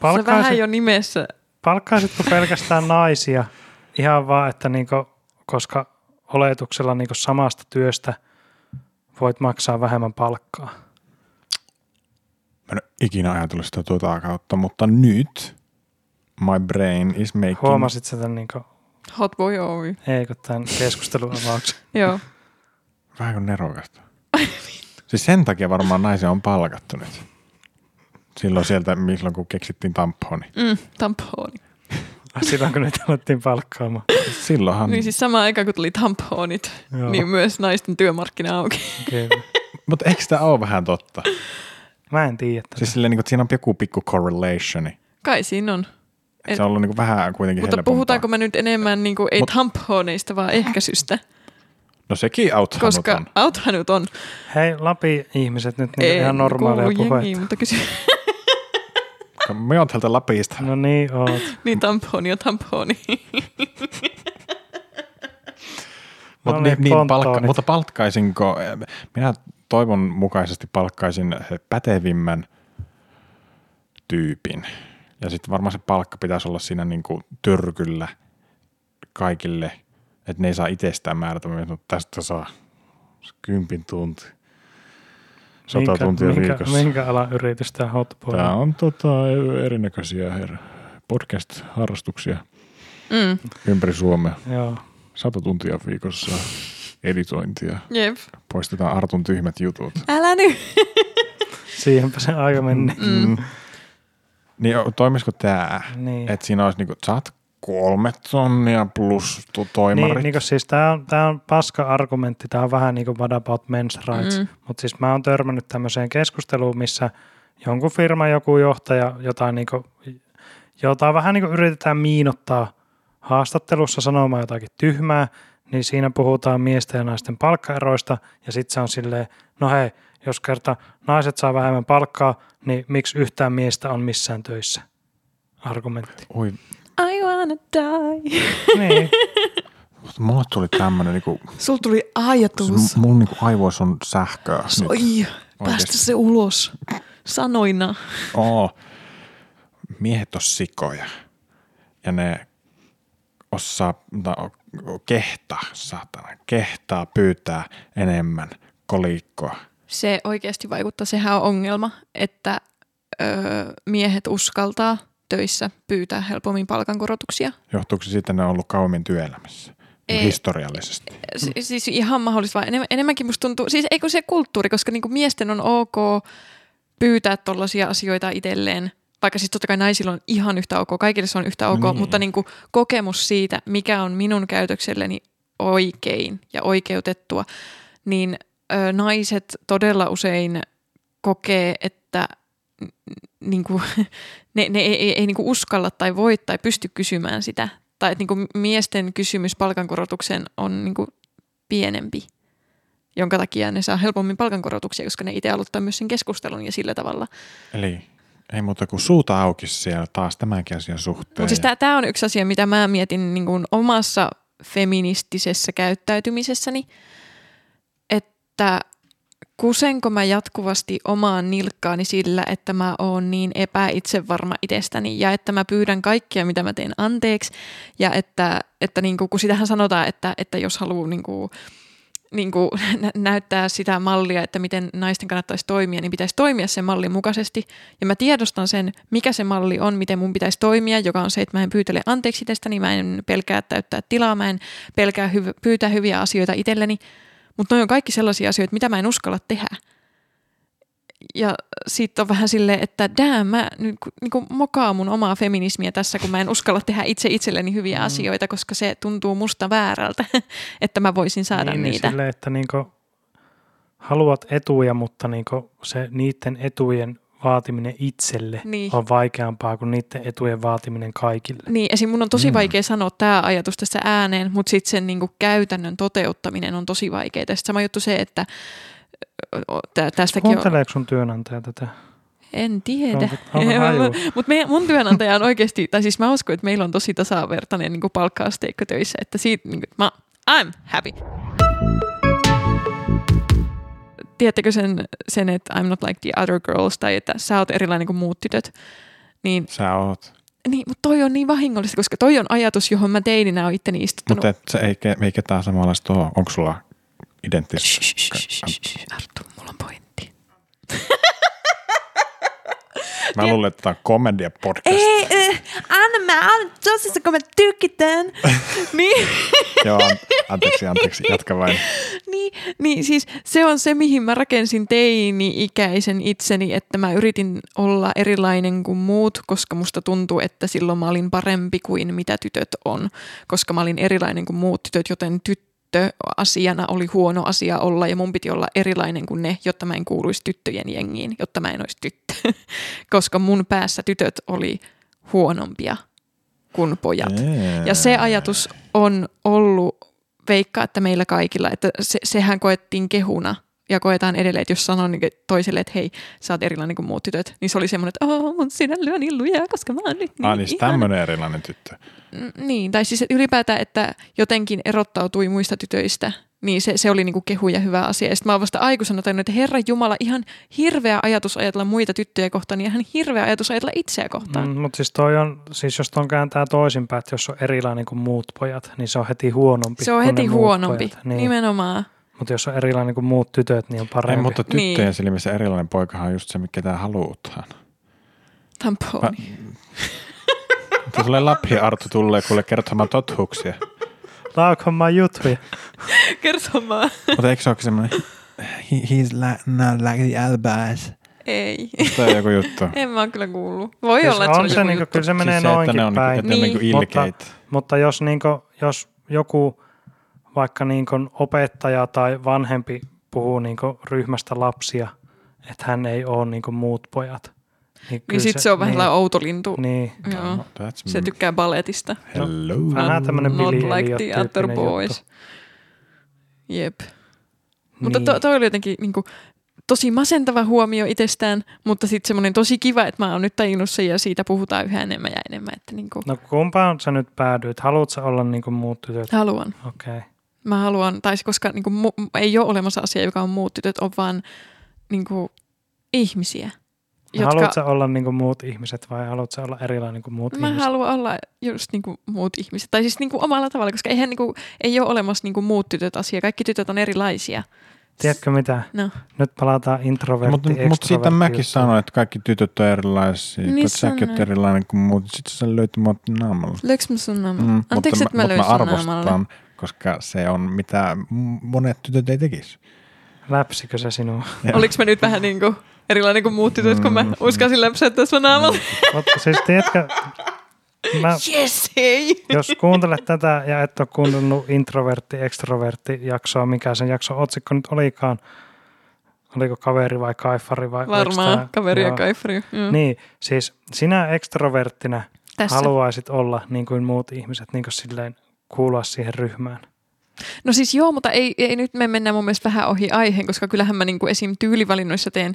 [SPEAKER 1] Palkkaisin. Se vähän
[SPEAKER 3] palkkaisit,
[SPEAKER 1] jo nimessä.
[SPEAKER 3] palkkaisitko pelkästään naisia ihan vaan, että niin kuin, koska oletuksella niin samasta työstä voit maksaa vähemmän palkkaa.
[SPEAKER 2] Mä en ole ikinä ajatellut sitä tuota kautta, mutta nyt my brain is making...
[SPEAKER 3] Huomasit sä tämän, niin kuin,
[SPEAKER 1] Hot boy Oy.
[SPEAKER 3] eikö tämän keskustelun avauksen?
[SPEAKER 1] Joo.
[SPEAKER 2] Vähän kuin nerokasta. siis sen takia varmaan naisia on palkattu nyt. Silloin sieltä, milloin kun keksittiin tamponi.
[SPEAKER 1] Mm, tamponi.
[SPEAKER 3] Ai Ah, Silloin kun niitä alettiin palkkaamaan.
[SPEAKER 2] Silloinhan...
[SPEAKER 1] Niin siis samaan aikaan kun tuli tamponit,
[SPEAKER 3] Joo,
[SPEAKER 1] niin
[SPEAKER 3] niin.
[SPEAKER 1] myös naisten työmarkkina auki.
[SPEAKER 3] kyllä.
[SPEAKER 2] Mutta eikö tämä ole vähän totta?
[SPEAKER 3] Mä en tiedä.
[SPEAKER 2] Siis
[SPEAKER 3] Siis,
[SPEAKER 2] silleen, niin kuin, että siinä on joku pikku correlationi.
[SPEAKER 1] Kai siinä on.
[SPEAKER 2] Et se on ollut niin kuin vähän kuitenkin
[SPEAKER 1] Mutta
[SPEAKER 2] helpompaa.
[SPEAKER 1] puhutaanko me nyt enemmän niin kuin, ei
[SPEAKER 2] Mut-
[SPEAKER 1] tamponeista, vaan ehkäisystä?
[SPEAKER 2] No sekin auttaa
[SPEAKER 1] Koska
[SPEAKER 2] on.
[SPEAKER 1] authan nyt on.
[SPEAKER 3] Hei, Lapi-ihmiset nyt niin ihan normaalia
[SPEAKER 1] kuulu jengiä,
[SPEAKER 3] puhetta.
[SPEAKER 1] mutta kysy.
[SPEAKER 2] Koska Me oon täältä Lapista.
[SPEAKER 3] No niin, oot.
[SPEAKER 1] niin tamponi on tamponi.
[SPEAKER 2] Mut
[SPEAKER 3] No
[SPEAKER 2] niin,
[SPEAKER 3] niin,
[SPEAKER 2] niin,
[SPEAKER 3] pontoonit.
[SPEAKER 2] palkka, mutta palkkaisinko, minä toivon mukaisesti palkkaisin pätevimmän tyypin. Ja sitten varmaan se palkka pitäisi olla siinä niinku tyrkyllä kaikille, että ne ei saa itsestään määrätä, mutta tästä saa kympin tunti, sata
[SPEAKER 3] Minkä,
[SPEAKER 2] tuntia
[SPEAKER 3] minkä,
[SPEAKER 2] viikossa.
[SPEAKER 3] minkä alan yritys tämä Hotboy?
[SPEAKER 2] Tämä on tota, erinäköisiä her- podcast-harrastuksia
[SPEAKER 1] mm,
[SPEAKER 2] ympäri Suomea.
[SPEAKER 3] Joo.
[SPEAKER 2] Sata tuntia viikossa editointia.
[SPEAKER 3] No.
[SPEAKER 1] jep.
[SPEAKER 2] Poistetaan Artun tyhmät jutut.
[SPEAKER 1] Älä nyt.
[SPEAKER 3] Siihenpä se aika meni.
[SPEAKER 1] Mm.
[SPEAKER 2] Niin toimisiko tämä,
[SPEAKER 3] Niin.
[SPEAKER 2] että siinä olisi niinku, sä oot kolme tonnia plus tu- toimarit.
[SPEAKER 3] Niin, niin kuin siis tämä on, tää on paska argumentti, tämä on vähän niin kuin what about men's rights,
[SPEAKER 1] Mm.
[SPEAKER 3] mm. mutta siis mä oon törmännyt tämmöiseen keskusteluun, missä jonkun firma, joku johtaja, jotain niin kuin, jota vähän niin kuin yritetään miinottaa haastattelussa sanomaan jotakin tyhmää, niin siinä puhutaan miesten ja naisten palkkaeroista ja sitten se on silleen, no hei, jos kerta naiset saa vähemmän palkkaa, niin miksi yhtään miestä on missään töissä? Argumentti.
[SPEAKER 2] Oi,
[SPEAKER 1] I wanna die.
[SPEAKER 3] Niin.
[SPEAKER 2] mutta mulle tuli tämmönen, niinku,
[SPEAKER 1] Sulla tuli
[SPEAKER 2] siis
[SPEAKER 1] ajatus.
[SPEAKER 2] m- mun niinku aivoissa on sähköä. nyt.
[SPEAKER 1] Soi, päästä
[SPEAKER 2] Oikeesti.
[SPEAKER 1] se ulos. Sanoina.
[SPEAKER 2] Oo. Miehet on sikoja. Ja ne osaa, tai o- kehtaa, saatana, kehtaa pyytää enemmän kolikkoa.
[SPEAKER 1] Se oikeasti vaikuttaa, sehän on ongelma, että öö, miehet uskaltaa töissä pyytää helpommin palkankorotuksia.
[SPEAKER 2] Johtuuko se siitä, että ne on ollut kauemmin työelämässä?
[SPEAKER 1] Ei.
[SPEAKER 2] Historiallisesti.
[SPEAKER 1] Si- siis ihan mahdollista, vaan enem- enemmänkin musta tuntuu, siis eikö se kulttuuri, koska niinku miesten on ok pyytää tollaisia asioita itselleen, vaikka siis totta kai naisilla on ihan yhtä ok, kaikille se on yhtä ok,
[SPEAKER 2] No
[SPEAKER 1] niin.
[SPEAKER 2] niin.
[SPEAKER 1] mutta niinku kokemus siitä, mikä on minun käytökselleni oikein ja oikeutettua, niin ö, naiset todella usein kokee, että n- niinku, ne, ne ei, ei, ei niinku uskalla tai voi tai pysty kysymään sitä. Tai että niinku miesten kysymys palkankorotukseen on niinku pienempi, jonka takia ne saa helpommin palkankorotuksia, koska ne itse aloittaa myös sen keskustelun ja sillä tavalla.
[SPEAKER 2] Eli ei muuta kuin suuta auki siellä taas tämänkin asian suhteen.
[SPEAKER 1] Mutta siis
[SPEAKER 2] Ja-
[SPEAKER 1] tämä on yksi asia, mitä mä mietin niin kuin omassa feministisessä käyttäytymisessäni, että kusenko mä jatkuvasti omaan nilkkaani sillä, että mä oon niin epäitsevarma itsestäni ja että mä pyydän kaikkia, mitä mä teen anteeksi ja että, että niin kuin, kun sitähän sanotaan, että, että jos haluaa niin kuin, niin kuin nä- näyttää sitä mallia, että miten naisten kannattaisi toimia, niin pitäisi toimia sen mallin mukaisesti. Ja mä tiedostan sen, mikä se malli on, miten mun pitäisi toimia, joka on se, että mä en pyytele anteeksi tästä, niin mä en pelkää täyttää tilaa, mä en pelkää hyv- pyytää hyviä asioita itselleni. Mutta noi on kaikki sellaisia asioita, mitä mä en uskalla tehdä. Ja sitten on vähän silleen, että damn, mä niinku, niinku mokaa mun omaa feminismiä tässä, kun mä en uskalla tehdä itse itselleni hyviä mm. asioita, koska se tuntuu musta väärältä, että mä voisin saada
[SPEAKER 3] niin,
[SPEAKER 1] niin, niitä.
[SPEAKER 3] Niin sille, että niinku haluat etuja, mutta niinku se niiden etujen vaatiminen itselle
[SPEAKER 1] Niin.
[SPEAKER 3] on vaikeampaa kuin niiden etujen vaatiminen kaikille.
[SPEAKER 1] Niin, esim. mun on tosi
[SPEAKER 2] Mm.
[SPEAKER 1] mm. vaikea sanoa tämä ajatus tässä ääneen, mutta sitten sen niinku käytännön toteuttaminen on tosi vaikeaa. Sitten sama juttu se, että o- o- tä- tästäkin on...
[SPEAKER 3] Kuunteleeko sun työnantaja tätä?
[SPEAKER 1] En tiedä.
[SPEAKER 3] Onko, onko haju?
[SPEAKER 1] Mutta mun työnantaja on oikeasti, tai siis mä uskon, että meillä on tosi tasavertainen niin palkkaasteikko töissä, että siitä niin kuin, mä, I'm happy. Tiedättekö sen, sen, että I'm not like the other girls, tai että sä oot erilainen kuin muut tytöt, niin
[SPEAKER 2] Sä oot.
[SPEAKER 1] niin, mutta toi on niin vahingollista, koska toi on ajatus, johon mä teininä oon itteni istuttanut.
[SPEAKER 2] Mutta et, se ei, ke- ei ketään samanlaista ole. Onko sulla
[SPEAKER 1] Shh,
[SPEAKER 2] identtis?
[SPEAKER 1] shh, shh, shh, shh, Arttu, mulla on pointti.
[SPEAKER 2] Mä luulen, että tämä on komedia podcast.
[SPEAKER 1] Ei, eh, anna mä anna tosissa, kun mä tykkitän. niin,
[SPEAKER 2] Joo, an- anteeksi, anteeksi. Jatka vain.
[SPEAKER 1] niin, niin, siis se on se, mihin mä rakensin teini-ikäisen itseni, että mä yritin olla erilainen kuin muut, koska musta tuntuu, että silloin mä olin parempi kuin mitä tytöt on, koska mä olin erilainen kuin muut tytöt, joten tyttö asiana oli huono asia olla ja mun piti olla erilainen kuin ne, jotta mä en kuuluisi tyttöjen jengiin, jotta mä en olisi tyttö, koska mun päässä tytöt oli huonompia kuin pojat. Ja se ajatus on ollut, veikkaa, että meillä kaikilla, että se, sehän koettiin kehuna ja koetaan edelleen, että jos sanoo niin toiselle, että hei, sä oot erilainen kuin muut tytöt, niin se oli semmoinen, että oh, mun sinä lyön illuja, koska mä oon nyt niin
[SPEAKER 2] Ah, niin siis
[SPEAKER 1] ihana."
[SPEAKER 2] tämmönen erilainen tyttö.
[SPEAKER 1] Mm, Niin, tai siis että ylipäätään, että jotenkin erottautui muista tytöistä, niin se, se oli niinku kehu ja hyvä asia. Ja sitten mä oon vasta aikuisena tajunnut, että herra Jumala, ihan hirveä ajatus ajatella muita tyttöjä kohtaan, niin ihan hirveä ajatus ajatella itseä kohtaan. Mm.
[SPEAKER 3] Mm, mutta siis toi on, siis jos ton kääntää toisinpäin, että jos on erilainen kuin muut pojat, niin se on heti huonompi.
[SPEAKER 1] Se on
[SPEAKER 3] kuin
[SPEAKER 1] heti
[SPEAKER 3] ne muut
[SPEAKER 1] huonompi,
[SPEAKER 3] Pojat. Niin,
[SPEAKER 1] nimenomaan.
[SPEAKER 3] mutta jos on erilainen kuin muut tytöt, niin on
[SPEAKER 2] Ei,
[SPEAKER 3] parempi.
[SPEAKER 2] mutta tyttöjen
[SPEAKER 1] Niin.
[SPEAKER 2] niin. silmissä erilainen poikahan on just se, mikä tää haluutaan.
[SPEAKER 1] Tamponi.
[SPEAKER 2] Tulee Lappi Arttu tulee kuule kertomaan totuuksia.
[SPEAKER 3] Laukhamman juttuja.
[SPEAKER 1] Kertomaan.
[SPEAKER 2] Mutta eikö se olekin semmoinen? He, he's like, not like the other boys.
[SPEAKER 1] Ei.
[SPEAKER 2] Tämä on joku juttu.
[SPEAKER 1] En mä oon kyllä kuullut. Voi
[SPEAKER 3] Siis
[SPEAKER 1] olla, että se on
[SPEAKER 3] on se,
[SPEAKER 1] joku
[SPEAKER 3] niinku,
[SPEAKER 1] juttu.
[SPEAKER 3] kyllä se menee
[SPEAKER 2] siis se, että
[SPEAKER 3] noinkin
[SPEAKER 2] ne on
[SPEAKER 3] päin.
[SPEAKER 2] Niin. Niin
[SPEAKER 1] Niin.
[SPEAKER 2] ilkeitä.
[SPEAKER 3] Mutta jos, niin kuin, jos joku vaikka niin kuin opettaja tai vanhempi puhuu niin kuin ryhmästä lapsia, että hän ei ole niin kuin muut pojat.
[SPEAKER 1] Niin sit se on vähän niin. outo lintu.
[SPEAKER 3] Niin,
[SPEAKER 1] Niin. Joo.
[SPEAKER 2] No, that's
[SPEAKER 1] Se tykkää baletista.
[SPEAKER 2] Hello.
[SPEAKER 3] vähän tämmöinen
[SPEAKER 1] Not
[SPEAKER 3] Billy
[SPEAKER 1] like
[SPEAKER 3] Elliot
[SPEAKER 1] the other boys. Jep. Mutta to, toi oli jotenkin niin kuin, tosi masentava huomio itsestään, mutta sitten semmoinen tosi kiva, että mä oon nyt tajunnut sen ja siitä puhutaan yhä enemmän ja enemmän, että niin kuin,
[SPEAKER 3] No kumpaan sä nyt päädyit? Haluatko sä olla niin kuin muut tytöt?
[SPEAKER 1] haluan.
[SPEAKER 3] Okei. No Okay.
[SPEAKER 1] Mä haluan, tai se, koska niin kuin, mu, ei ole olemassa asia, joka on muut tytöt, on vaan niin kuin, ihmisiä.
[SPEAKER 3] Jotka...
[SPEAKER 1] Jotka,
[SPEAKER 3] Haluatko sä olla niin kuin muut ihmiset vai haluatko sä olla erilainen kuin muut
[SPEAKER 1] mä
[SPEAKER 3] ihmiset?
[SPEAKER 1] haluan olla just niin kuin, muut ihmiset, tai siis niin kuin, omalla tavalla, koska eihän niin kuin, ei ole olemassa niin kuin, muut tytöt asia, kaikki tytöt on erilaisia.
[SPEAKER 3] Tiedätkö mitä?
[SPEAKER 1] No.
[SPEAKER 3] Nyt palataan introvertti
[SPEAKER 2] Mutta mut siitä mäkin sanoin, että kaikki tytöt on erilaisia,
[SPEAKER 1] Niin
[SPEAKER 2] niin kun säkin oot
[SPEAKER 1] sanoit.
[SPEAKER 2] erilainen kuin muut. Sitten sä löytyi mut naamalla.
[SPEAKER 1] Löyks mä sun naaman?
[SPEAKER 2] Mm,
[SPEAKER 1] Anteeksi,
[SPEAKER 2] mutta
[SPEAKER 1] että mä,
[SPEAKER 2] mut
[SPEAKER 1] löin
[SPEAKER 2] mä
[SPEAKER 1] sun
[SPEAKER 2] arvostan,
[SPEAKER 1] naamalle.
[SPEAKER 2] koska se on mitä m- monet tytöt ei tekisi.
[SPEAKER 3] Läpsikö se sinua?
[SPEAKER 1] Oliko mä nyt vähän niin kuin erilainen kuin muut tytöt, kun mä
[SPEAKER 2] Mm.
[SPEAKER 1] uskasin läpsäyttää sun naamalle?
[SPEAKER 3] Mutta siis tiedätkö, mä,
[SPEAKER 2] Mm.
[SPEAKER 1] Yes, hei!
[SPEAKER 3] jos kuuntelet tätä ja et ole kuunnellut introvertti, ekstrovertti jaksoa, mikä sen jakson otsikko nyt olikaan, oliko kaveri vai kaifari vai oliko tää-
[SPEAKER 1] Varmaan kaveri ja Mm.
[SPEAKER 3] joo.
[SPEAKER 1] kaifari. joo.
[SPEAKER 3] Niin, siis sinä ekstroverttina
[SPEAKER 1] Tässä.
[SPEAKER 3] haluaisit olla niin kuin muut ihmiset, niin kuin silleen kuulua siihen ryhmään.
[SPEAKER 1] No siis joo, mutta ei, ei nyt me mennään mun mielestä vähän ohi aiheen, koska kyllähän mä niinku esim. tyylivalinnoissa teen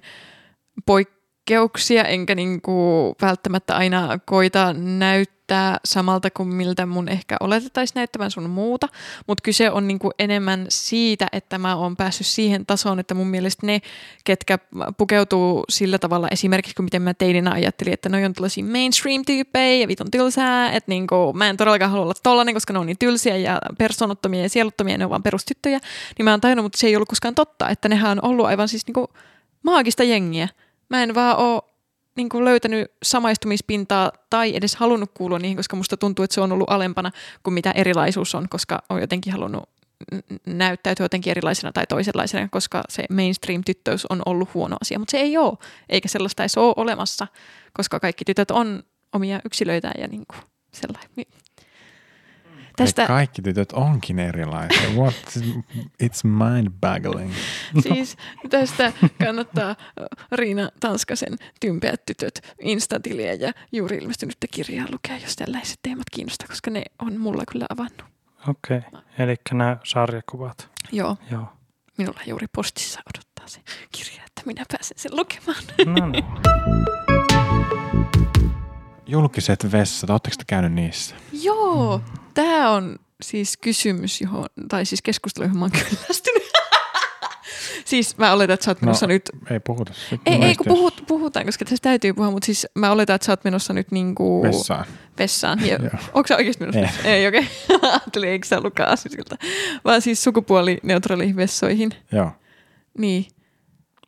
[SPEAKER 1] poikkeuksia, enkä niinku välttämättä aina koita näyttää samalta kuin miltä mun ehkä oletettaisiin näyttävän sun muuta, mutta kyse on niinku enemmän siitä, että mä oon päässyt siihen tasoon, että mun mielestä ne, ketkä pukeutuu sillä tavalla esimerkiksi, kuin miten mä teininä ajattelin, että noi on tällaisia mainstream-tyyppejä ja vitun tylsää, että niinku, mä en todellakaan halua olla tollanen, koska ne on niin tylsiä ja persoonattomia ja sieluttomia, ne on vaan perustyttöjä, niin mä oon tajunnut, mutta se ei ollut koskaan totta, että nehän on ollut aivan siis niinku maagista jengiä. Mä en vaan oo niin kuin löytänyt samaistumispintaa tai edes halunnut kuulua niihin, koska musta tuntuu, että se on ollut alempana kuin mitä erilaisuus on, koska on jotenkin halunnut n- näyttäytyä jotenkin erilaisena tai toisenlaisena, koska se mainstream-tyttöys on ollut huono asia, mutta se ei ole, eikä sellaista edes ole olemassa, koska kaikki tytöt on omia yksilöitään ja niin kuin sellainen. Niin.
[SPEAKER 2] Ja
[SPEAKER 1] Tästä
[SPEAKER 2] Kaikki tytöt onkin erilaisia. What? It's mind-boggling.
[SPEAKER 3] No.
[SPEAKER 1] siis tästä kannattaa ö, Riina Tanskasen Tympeät tytöt Instatiliä ja juuri ilmestynyttä kirjaa lukea, jos tällaiset teemat kiinnostaa, koska ne on mulla kyllä avannut.
[SPEAKER 3] Okei, okay. eli nämä sarjakuvat.
[SPEAKER 1] Joo,
[SPEAKER 3] Joo.
[SPEAKER 1] minulla juuri postissa odottaa se kirja, että minä pääsen sen lukemaan.
[SPEAKER 3] No niin.
[SPEAKER 2] Julkiset vessat, ootteko te käynyt niissä?
[SPEAKER 1] Joo, tämä on siis kysymys, johon, tai siis keskustelu, johon mä oon kyllästynyt. siis mä oletan, että sä oot
[SPEAKER 3] No,
[SPEAKER 1] menossa nyt
[SPEAKER 2] Ei puhuta. siitä.
[SPEAKER 1] Ei, ei
[SPEAKER 2] Meistä
[SPEAKER 1] kun puhut, puhutaan, koska tässä täytyy puhua, mutta siis mä oletan, että sä oot menossa nyt niinku
[SPEAKER 2] jos Vessaan.
[SPEAKER 1] vessaan. Ja,
[SPEAKER 2] Joo.
[SPEAKER 1] onko sä oikeasti menossa
[SPEAKER 2] Ei.
[SPEAKER 1] vessaan? Ei, okei. Okay. Ajattelin, eikö sä ollutkaan asisilta. Vaan siis sukupuolineutraaliin vessoihin.
[SPEAKER 2] Joo.
[SPEAKER 1] Niin,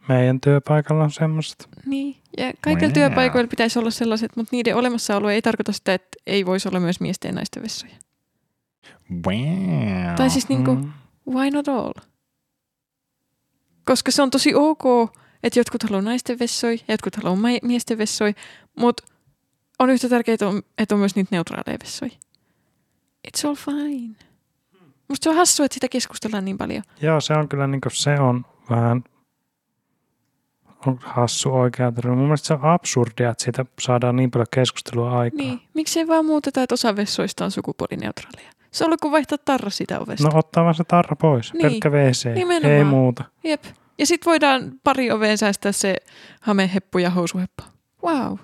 [SPEAKER 3] Meidän työpaikalla on semmoista.
[SPEAKER 1] niin. Ja kaikilla
[SPEAKER 2] Jaa.
[SPEAKER 1] työpaikoilla pitäisi olla sellaiset, mutta niiden olemassaolo ei tarkoita sitä, että ei voisi olla myös miesten ja naisten vessoja.
[SPEAKER 2] Wow.
[SPEAKER 1] Tai siis niinku,
[SPEAKER 3] Mm.
[SPEAKER 1] why not all? Koska se on tosi ok, että jotkut haluaa naisten vessoi ja jotkut haluaa mai- miesten vessoi, mutta on yhtä tärkeää, että on, että on myös niitä neutraaleja vessoi. It's all fine. Musta se on hassua, että sitä keskustellaan niin paljon.
[SPEAKER 3] Joo, se on kyllä niinku, se on vähän on hassu oikea termi. Mun mielestä se on absurdia, että siitä saadaan niin paljon keskustelua aikaan.
[SPEAKER 1] Niin, miksei vaan muuteta, että osa vessoista on sukupuolineutraaleja. Se on ollut kuin vaihtaa tarra sitä ovesta.
[SPEAKER 3] No ottaa vaan se tarra pois.
[SPEAKER 1] Niin.
[SPEAKER 3] Niin. Pelkkä WC.
[SPEAKER 1] Nimenomaan.
[SPEAKER 3] Ei muuta.
[SPEAKER 1] Jep. Ja sitten voidaan pari oveen säästää se hameheppu ja housuheppu. Wow.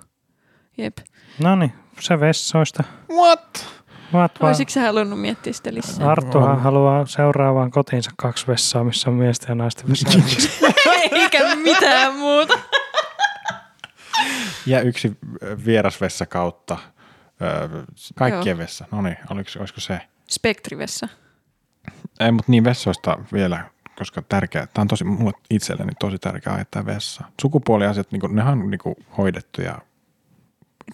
[SPEAKER 1] Jep.
[SPEAKER 3] No niin, se vessoista.
[SPEAKER 2] What?
[SPEAKER 3] Vaat vaan.
[SPEAKER 1] Olisitko sä halunnut miettiä sitä lisää?
[SPEAKER 3] Arttuhan haluaa seuraavaan kotiinsa kaksi vessaa, missä on miesten ja naisten vessa.
[SPEAKER 1] Eikä mitään muuta.
[SPEAKER 2] Ja yksi ö, vierasvessa kautta ö, kaikkien vessa. No niin, oliko, olisiko se?
[SPEAKER 1] Spektrivessä.
[SPEAKER 2] Ei, mutta niin vessoista vielä, koska tärkeä, tämä on tosi, mulle itselleni tosi tärkeä aihe tämä vessa. Sukupuoliasiat, niinku, nehän on niinku, hoidettu ja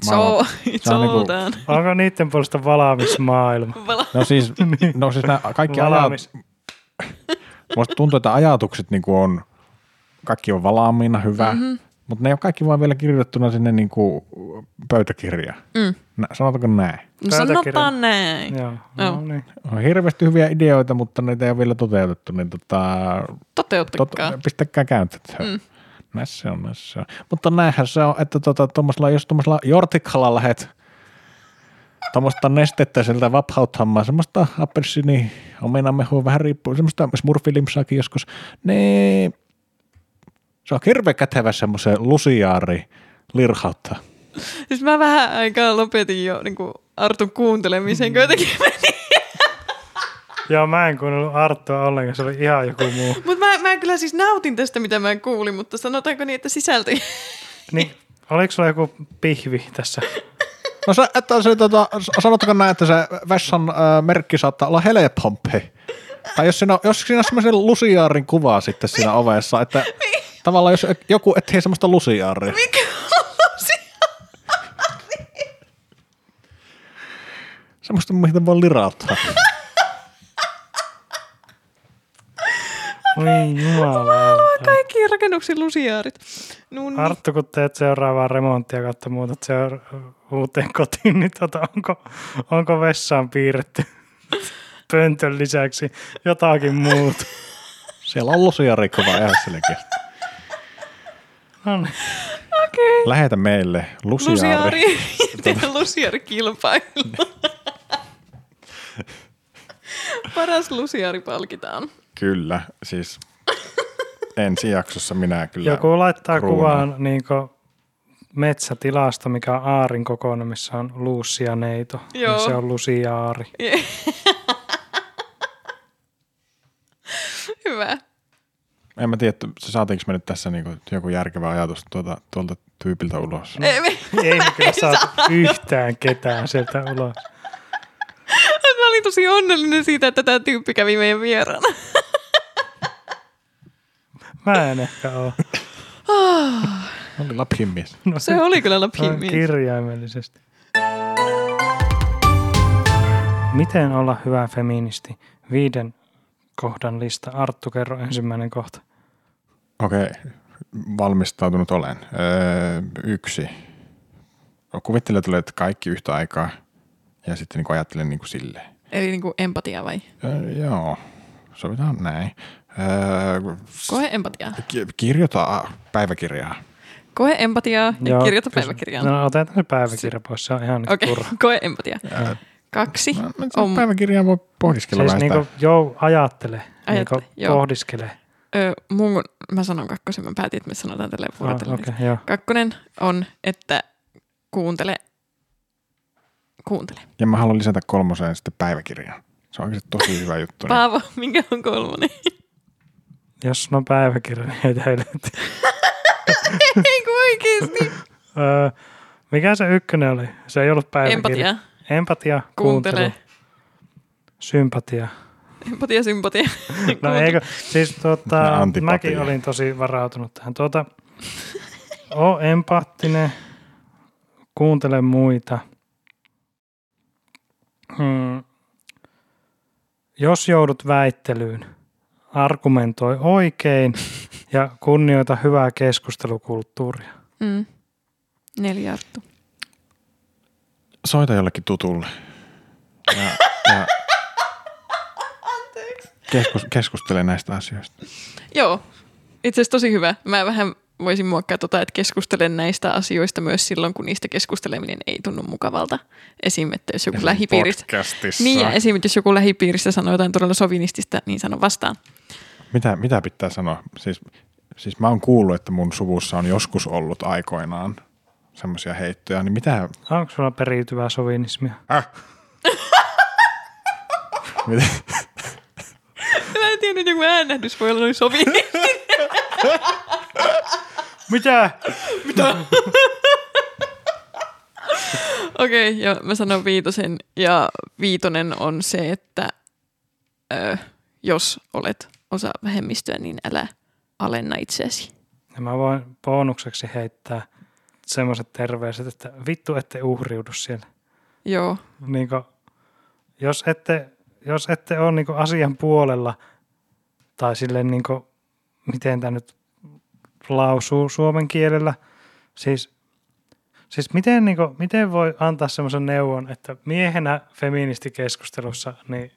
[SPEAKER 1] It's
[SPEAKER 2] Maailma-
[SPEAKER 1] all, it's
[SPEAKER 2] se on
[SPEAKER 1] all
[SPEAKER 2] niinku-
[SPEAKER 1] done.
[SPEAKER 3] Onko niiden puolesta valmis maailma?
[SPEAKER 2] No siis, no siis nämä kaikki ajat,
[SPEAKER 3] Valmis.
[SPEAKER 2] musta tuntuu, että ajatukset niinku on, kaikki on valaamina hyvä, mm-hmm. Mutta ne ei ole kaikki vaan vielä kirjoitettuna sinne niin kuin pöytäkirjaan.
[SPEAKER 1] Mm.
[SPEAKER 2] Nä, sanotaanko näin?
[SPEAKER 1] No
[SPEAKER 3] Pöytäkirja.
[SPEAKER 1] sanotaan näin.
[SPEAKER 3] Joo, no
[SPEAKER 1] Joo.
[SPEAKER 3] niin.
[SPEAKER 2] On hirveästi hyviä ideoita, mutta niitä ei ole vielä toteutettu, niin tota,
[SPEAKER 1] Toteuttakaa.
[SPEAKER 2] Tot, pistäkää käyntöön. Mm. Näissä se on, näissä se on. Mutta näinhän se on, että tota, tommosella, jos tuommoisella jortikalla lähet tuommoista nestettä sieltä vapauttamaan, semmoista appelsini, omenamehua vähän riippuu, semmoista smurfilimsaakin joskus, niin se on hirveän kätevä semmoisen lusiaari lirhautta.
[SPEAKER 1] Siis mä vähän aikaa lopetin jo niin kuin Artun kuuntelemisen, kun jotenkin
[SPEAKER 2] Mm.
[SPEAKER 1] meni.
[SPEAKER 3] Joo, mä en kuunnellut Arttua ollenkaan, se oli ihan joku muu.
[SPEAKER 1] Mutta mä, mä kyllä siis nautin tästä, mitä mä kuulin, mutta sanotaanko niin, että sisältö...
[SPEAKER 3] Niin, oliko sulla joku pihvi tässä?
[SPEAKER 2] No se, että se, tota, sanotteko näin, että se vessan äh, merkki saattaa olla helepompi. Tai jos siinä, on- jos siinä on semmoisen lusiaarin kuvaa sitten siinä ovessa, että tavallaan jos joku etsii semmoista lusiaaria.
[SPEAKER 1] Mikä on lusiaari?
[SPEAKER 2] Semmoista, mihin voi lirauttaa.
[SPEAKER 3] Voi
[SPEAKER 1] niin.
[SPEAKER 2] Äh.
[SPEAKER 3] jumalauta.
[SPEAKER 1] Kaikki rakennuksiin lusiaarit. No niin.
[SPEAKER 3] Arttu, kun teet seuraavaa remonttia kautta muutat seura- uuteen kotiin, niin tota, onko, onko vessaan piirretty pöntön lisäksi jotakin muuta?
[SPEAKER 2] Siellä on lusiaari kuva ihan selkeästi.
[SPEAKER 3] No niin.
[SPEAKER 1] Okei.
[SPEAKER 2] Lähetä meille lusiaari.
[SPEAKER 1] Lusiaari. Tehdään lusiaarikilpailu. Paras lusiaari palkitaan.
[SPEAKER 2] Kyllä, siis ensi jaksossa minä kyllä.
[SPEAKER 3] Joku laittaa
[SPEAKER 2] kruunaa.
[SPEAKER 3] kuvaan niin metsätilasta, mikä on aarin kokoinen, missä on luussianeito.
[SPEAKER 1] Joo.
[SPEAKER 3] Niin se on lusiaari.
[SPEAKER 1] Hyvä.
[SPEAKER 2] En mä tiedä, että se saatiinko me nyt tässä niinku joku järkevä ajatus tuolta, tuolta tyypiltä ulos.
[SPEAKER 1] Ei, me-
[SPEAKER 3] Ei me kyllä saa yhtään ketään sieltä ulos.
[SPEAKER 1] Mä olin tosi onnellinen siitä, että tämä tyyppi kävi meidän vieraana.
[SPEAKER 3] Mä en ehkä ole.
[SPEAKER 2] Oli Lapin mies.
[SPEAKER 3] No,
[SPEAKER 1] Se oli kyllä
[SPEAKER 3] Noin
[SPEAKER 1] lapimiis.
[SPEAKER 3] kirjaimellisesti. Miten olla hyvä feministi? Viiden kohdan lista. Arttu, kerro ensimmäinen kohta.
[SPEAKER 2] Okei, valmistautunut olen. Öö, yksi. Kuvittelen, että olet kaikki yhtä aikaa ja sitten niin ajattelen niin kuin silleen.
[SPEAKER 1] Eli niinku empatia vai?
[SPEAKER 2] Öö, joo, sovitaan näin. Öö,
[SPEAKER 1] Koe empatiaa.
[SPEAKER 2] ki- kirjoita päiväkirjaa.
[SPEAKER 1] Koe empatiaa ja
[SPEAKER 3] Joo,
[SPEAKER 1] Niin, kirjoita
[SPEAKER 3] kysy-
[SPEAKER 1] päiväkirjaan.
[SPEAKER 3] No otetaan se päiväkirja pois, se on ihan nyt
[SPEAKER 1] Okei,
[SPEAKER 3] turha. Niin,
[SPEAKER 1] koe empatia. Kaksi.
[SPEAKER 2] No, nyt
[SPEAKER 1] On.
[SPEAKER 2] Päiväkirjaa voi pohdiskella
[SPEAKER 3] Siis
[SPEAKER 2] vähän sitä.
[SPEAKER 3] niinku, joo, ajattele,
[SPEAKER 1] Ajattele,
[SPEAKER 3] niinku,
[SPEAKER 1] joo.
[SPEAKER 3] pohdiskele.
[SPEAKER 1] Ö, mun, mä sanon kakkosen, mä päätin, että me sanotaan tälle
[SPEAKER 3] Ah,
[SPEAKER 1] vuorotellen.
[SPEAKER 3] Okei, joo.
[SPEAKER 1] Kakkonen on, että kuuntele. Kuuntele.
[SPEAKER 2] Ja mä haluan lisätä kolmoseen sitten päiväkirjaa. Se on oikeasti tosi hyvä juttu. Niin.
[SPEAKER 1] Paavo, minkä on kolmonen?
[SPEAKER 3] Jos on päiväkirja, niin heitä heille.
[SPEAKER 1] Ei kun oikeesti.
[SPEAKER 3] Öö, mikä se ykkönen oli? Se ei ollut päiväkirja.
[SPEAKER 1] Empatia.
[SPEAKER 3] Empatia, kuuntele.
[SPEAKER 1] Kuuntele.
[SPEAKER 3] Sympatia.
[SPEAKER 1] Empatia, sympatia.
[SPEAKER 3] No
[SPEAKER 1] Tuota-
[SPEAKER 3] eikö, siis
[SPEAKER 2] Ja
[SPEAKER 3] tuota,
[SPEAKER 2] antipatia.
[SPEAKER 3] mäkin olin tosi varautunut tähän. Tuota, oo empaattinen, kuuntele muita. Hmm. Jos joudut väittelyyn, argumentoi oikein ja kunnioita hyvää keskustelukulttuuria.
[SPEAKER 1] Mm. Neljä Arttu.
[SPEAKER 2] Soita jollekin tutulle. Ja, ja
[SPEAKER 1] Anteeksi.
[SPEAKER 2] keskus, keskustele näistä asioista.
[SPEAKER 1] Joo, itse asiassa tosi hyvä. Mä vähän voisin muokkaa tota, että keskustelen näistä asioista myös silloin, kun niistä keskusteleminen ei tunnu mukavalta. Esim. että jos joku lähipiiristä...
[SPEAKER 2] Podcastissa.
[SPEAKER 1] Niin, ja esim. jos joku lähipiiristä sanoo jotain todella sovinistista, niin sano vastaan.
[SPEAKER 2] Mitä, mitä pitää sanoa? Siis, siis mä oon kuullut, että mun suvussa on joskus ollut aikoinaan semmoisia heittoja, niin mitä,
[SPEAKER 3] Onko sulla periytyvää sovinismia?
[SPEAKER 2] mitä,
[SPEAKER 1] Mä en tiedä, että joku äänähdys voi olla noin sovinista.
[SPEAKER 3] Mitä?
[SPEAKER 1] Okei, okay, ja mä sanon viitosen. Ja viitonen on se, että ö, jos olet osa vähemmistöä, niin älä alenna itseäsi.
[SPEAKER 3] Ja mä voin bonukseksi heittää semmoiset terveiset, että vittu ette uhriudu siellä.
[SPEAKER 1] Joo,
[SPEAKER 3] niin kuin, jos ette, jos ette ole niin asian puolella tai silleen niin kuin, miten tämä nyt lausuu suomen kielellä. Siis, siis miten, niin kuin, miten voi antaa semmoisen neuvon, että miehenä feministikeskustelussa niin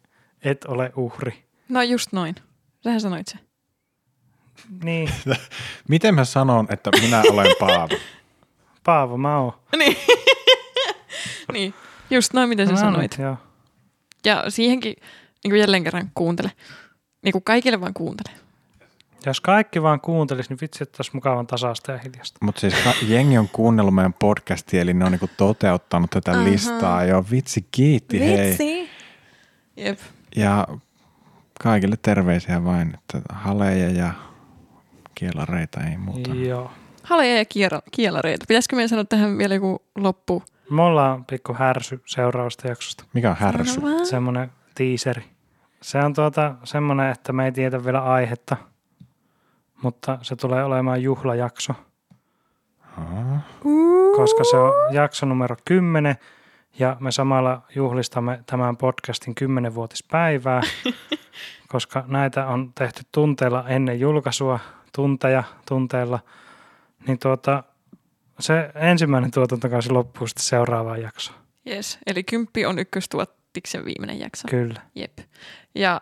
[SPEAKER 3] et ole uhri?
[SPEAKER 1] No just noin. Sähän sanoit se.
[SPEAKER 3] Niin,
[SPEAKER 2] Miten mä sanon, että minä olen Paavo?
[SPEAKER 3] Paavo, mä oon.
[SPEAKER 1] Niin. niin. Just noin, miten sä
[SPEAKER 3] Mä oon,
[SPEAKER 1] sanoit.
[SPEAKER 3] Joo.
[SPEAKER 1] Ja siihenkin niin kuin jälleen kerran kuuntele. Niin kuin kaikille vaan kuuntele.
[SPEAKER 3] Jos kaikki vaan kuuntelis, niin vitsi, että olisi mukavan tasasta ja hiljasta.
[SPEAKER 2] Mutta siis ka- jengi on kuunnellut meidän podcastia, eli ne on niinku toteuttanut tätä
[SPEAKER 1] Aha.
[SPEAKER 2] listaa jo. Vitsi, kiitti, hei.
[SPEAKER 1] Jep.
[SPEAKER 2] Ja kaikille terveisiä vain, että haleja ja kielareita ei muuta.
[SPEAKER 3] Joo.
[SPEAKER 1] Haleja ja kiera, kielareita. Pitäisikö meidän sanoa tähän vielä joku loppu?
[SPEAKER 3] Me ollaan pikku härsy seuraavasta jaksosta.
[SPEAKER 2] Mikä on härsy?
[SPEAKER 1] Sano vaan.
[SPEAKER 3] Semmoinen Mm. tiiseri. Se on tuota semmoinen, että me ei tiedä vielä aihetta, mutta se tulee olemaan juhlajakso,
[SPEAKER 2] Aa,
[SPEAKER 3] koska se on jakso numero 10 ja me samalla juhlistamme tämän podcastin 10-vuotispäivää, koska näitä on tehty tunteilla ennen julkaisua, tunteja tunteilla, niin tuota, se ensimmäinen tuotantokausi loppuu sitten seuraavaan jaksoon.
[SPEAKER 1] Yes. Eli kymppi on ykköstuottiksen viimeinen jakso.
[SPEAKER 3] Kyllä.
[SPEAKER 1] Jep. Ja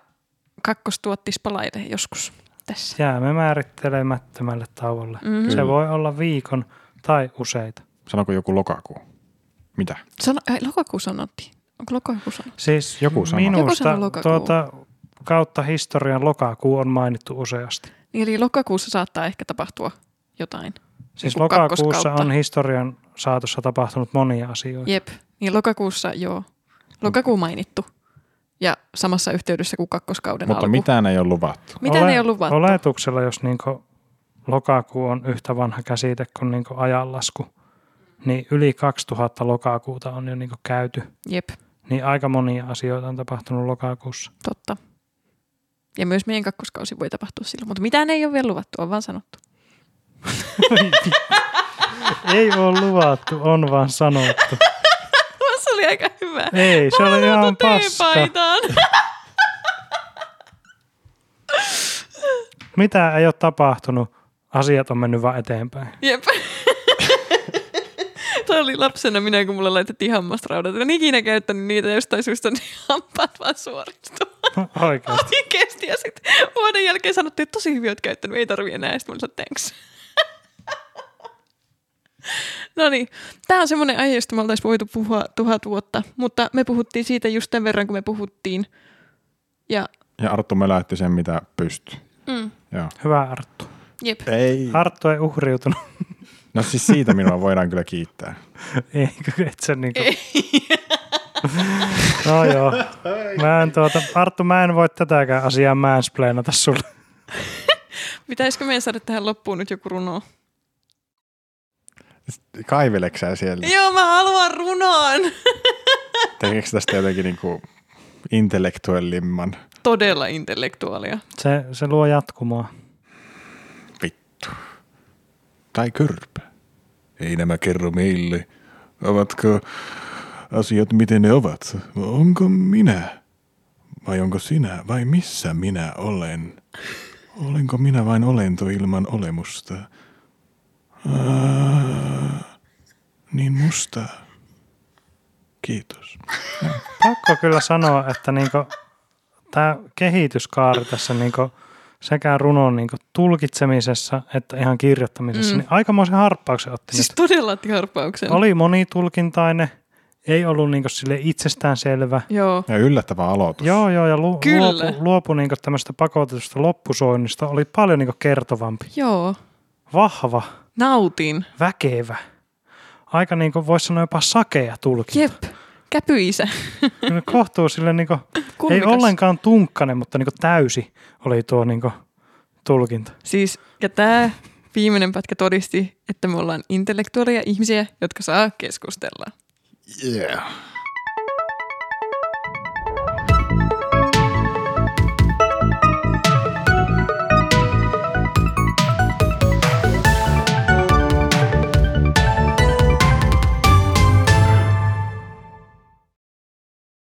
[SPEAKER 1] kakkostuottis palailee joskus tässä.
[SPEAKER 3] Jäämme määrittelemättömälle tauolle.
[SPEAKER 1] Mm.
[SPEAKER 3] Se voi olla viikon tai useita.
[SPEAKER 2] Sanoko joku lokakuu? Mitä?
[SPEAKER 1] Sano, ai, lokakuu sanottiin. Onko lokakuu sanottu?
[SPEAKER 3] Siis
[SPEAKER 2] Joku sanoi.
[SPEAKER 1] Joku
[SPEAKER 3] minusta
[SPEAKER 1] sanoi lokakuu.
[SPEAKER 3] tuota, kautta historian lokakuu on mainittu useasti.
[SPEAKER 1] Niin, eli lokakuussa saattaa ehkä tapahtua jotain.
[SPEAKER 3] Siis
[SPEAKER 1] Joku
[SPEAKER 3] lokakuussa
[SPEAKER 1] kakkoskautta.
[SPEAKER 3] on historian saatossa tapahtunut monia asioita.
[SPEAKER 1] Jep, niin lokakuussa joo. Lokakuu mainittu. Ja samassa yhteydessä kuin kakkoskauden
[SPEAKER 2] Mutta
[SPEAKER 1] alku.
[SPEAKER 2] mitään ei ole luvattu.
[SPEAKER 1] Mitään ei ollut luvattu.
[SPEAKER 3] Oletuksella, jos niinku lokakuu on yhtä vanha käsite kuin niinku ajanlasku, niin yli 2000 lokakuuta on jo niinku käyty.
[SPEAKER 1] Jep,
[SPEAKER 3] Niin aika monia asioita on tapahtunut lokakuussa.
[SPEAKER 1] totta. Ja myös meidän kakkoskausi voi tapahtua silloin. Mutta mitään ei ole vielä luvattu, on vaan sanottu.
[SPEAKER 3] Ei ole luvattu, on vaan sanottu.
[SPEAKER 1] Se oli aika hyvä.
[SPEAKER 3] Ei, se oli ihan
[SPEAKER 1] Luvattu
[SPEAKER 3] paska.
[SPEAKER 1] teepaitaan.
[SPEAKER 3] Mitä ei ole tapahtunut, asiat on mennyt vaan eteenpäin.
[SPEAKER 1] Jep. Tämä oli lapsena minä, kun mulla laitettiin hammasraudat. En ikinä käyttänyt niitä jostain syystä, niin hampaat vaan suoristuu.
[SPEAKER 3] No, Oikeasti.
[SPEAKER 1] Oikeesti. Ja sitten vuoden jälkeen sanottiin, että tosi hyvin oot käyttänyt, ei tarvi enää. Ja sitten mä sanoin, thanks. no niin, tämä on semmoinen aihe, josta me oltaisiin voitu puhua tuhat vuotta, mutta me puhuttiin siitä just tämän verran, kun me puhuttiin. Ja
[SPEAKER 2] Ja Arttu möläytti sen, mitä pystyy.
[SPEAKER 1] mm,
[SPEAKER 2] Joo.
[SPEAKER 3] Hyvä Arttu.
[SPEAKER 1] jep,
[SPEAKER 2] Ei.
[SPEAKER 3] Arttu ei uhriutunut.
[SPEAKER 2] No siis siitä minua voidaan kyllä kiittää.
[SPEAKER 3] ei, kun et sä niinku... no joo. Mä en tuota, Arttu, mä en voi tätäkään asiaa mansplainata sulle.
[SPEAKER 1] pitäisikö meidän saada tähän loppuun nyt joku runo?
[SPEAKER 2] Kaiveleksää siellä?
[SPEAKER 1] Joo, mä haluan runon!
[SPEAKER 2] Tekeekö tästä jotenkin niinku intellektuellimman?
[SPEAKER 1] Todella intellektuaalia.
[SPEAKER 3] Se, se luo jatkumoa.
[SPEAKER 2] Vittu. Tai kyrpä.
[SPEAKER 5] Ei nämä kerro meille, ovatko asiat miten ne ovat. Onko minä? Vai onko sinä? Vai missä minä olen? Olenko minä vain olento ilman olemusta? Aa, niin musta. Kiitos.
[SPEAKER 3] Pakko kyllä sanoa, että niinku, tämä kehityskaari tässä niinku, sekä runon niinku, tulkitsemisessa että ihan kirjoittamisessa,
[SPEAKER 1] Mm.
[SPEAKER 3] mm. niin aikamoisen harppauksen otti
[SPEAKER 1] Siis todella harppauksen.
[SPEAKER 3] Oli monitulkintainen, ei ollut niinku sille itsestäänselvä.
[SPEAKER 1] Joo.
[SPEAKER 2] Ja yllättävä aloitus.
[SPEAKER 3] Joo, joo, ja lu-
[SPEAKER 1] Kyllä.
[SPEAKER 3] luopu, luopu niinku tämmöistä pakotetusta loppusoinnista oli paljon niinku kertovampi.
[SPEAKER 1] Joo.
[SPEAKER 3] Vahva,
[SPEAKER 1] Nautin.
[SPEAKER 3] väkevä, aika niinku voisi sanoa jopa sakea tulkinta.
[SPEAKER 1] Jep. Käpyisä.
[SPEAKER 3] Jep. Kohtuu sille niinku, ei
[SPEAKER 1] Kulmikas.
[SPEAKER 3] ollenkaan tunkkanen, mutta niinku täysi oli tuo niinku tulkinta.
[SPEAKER 1] Siis, ja tämä viimeinen pätkä todisti, että me ollaan intellektuaalia ihmisiä, jotka saa keskustella.
[SPEAKER 2] Yeah.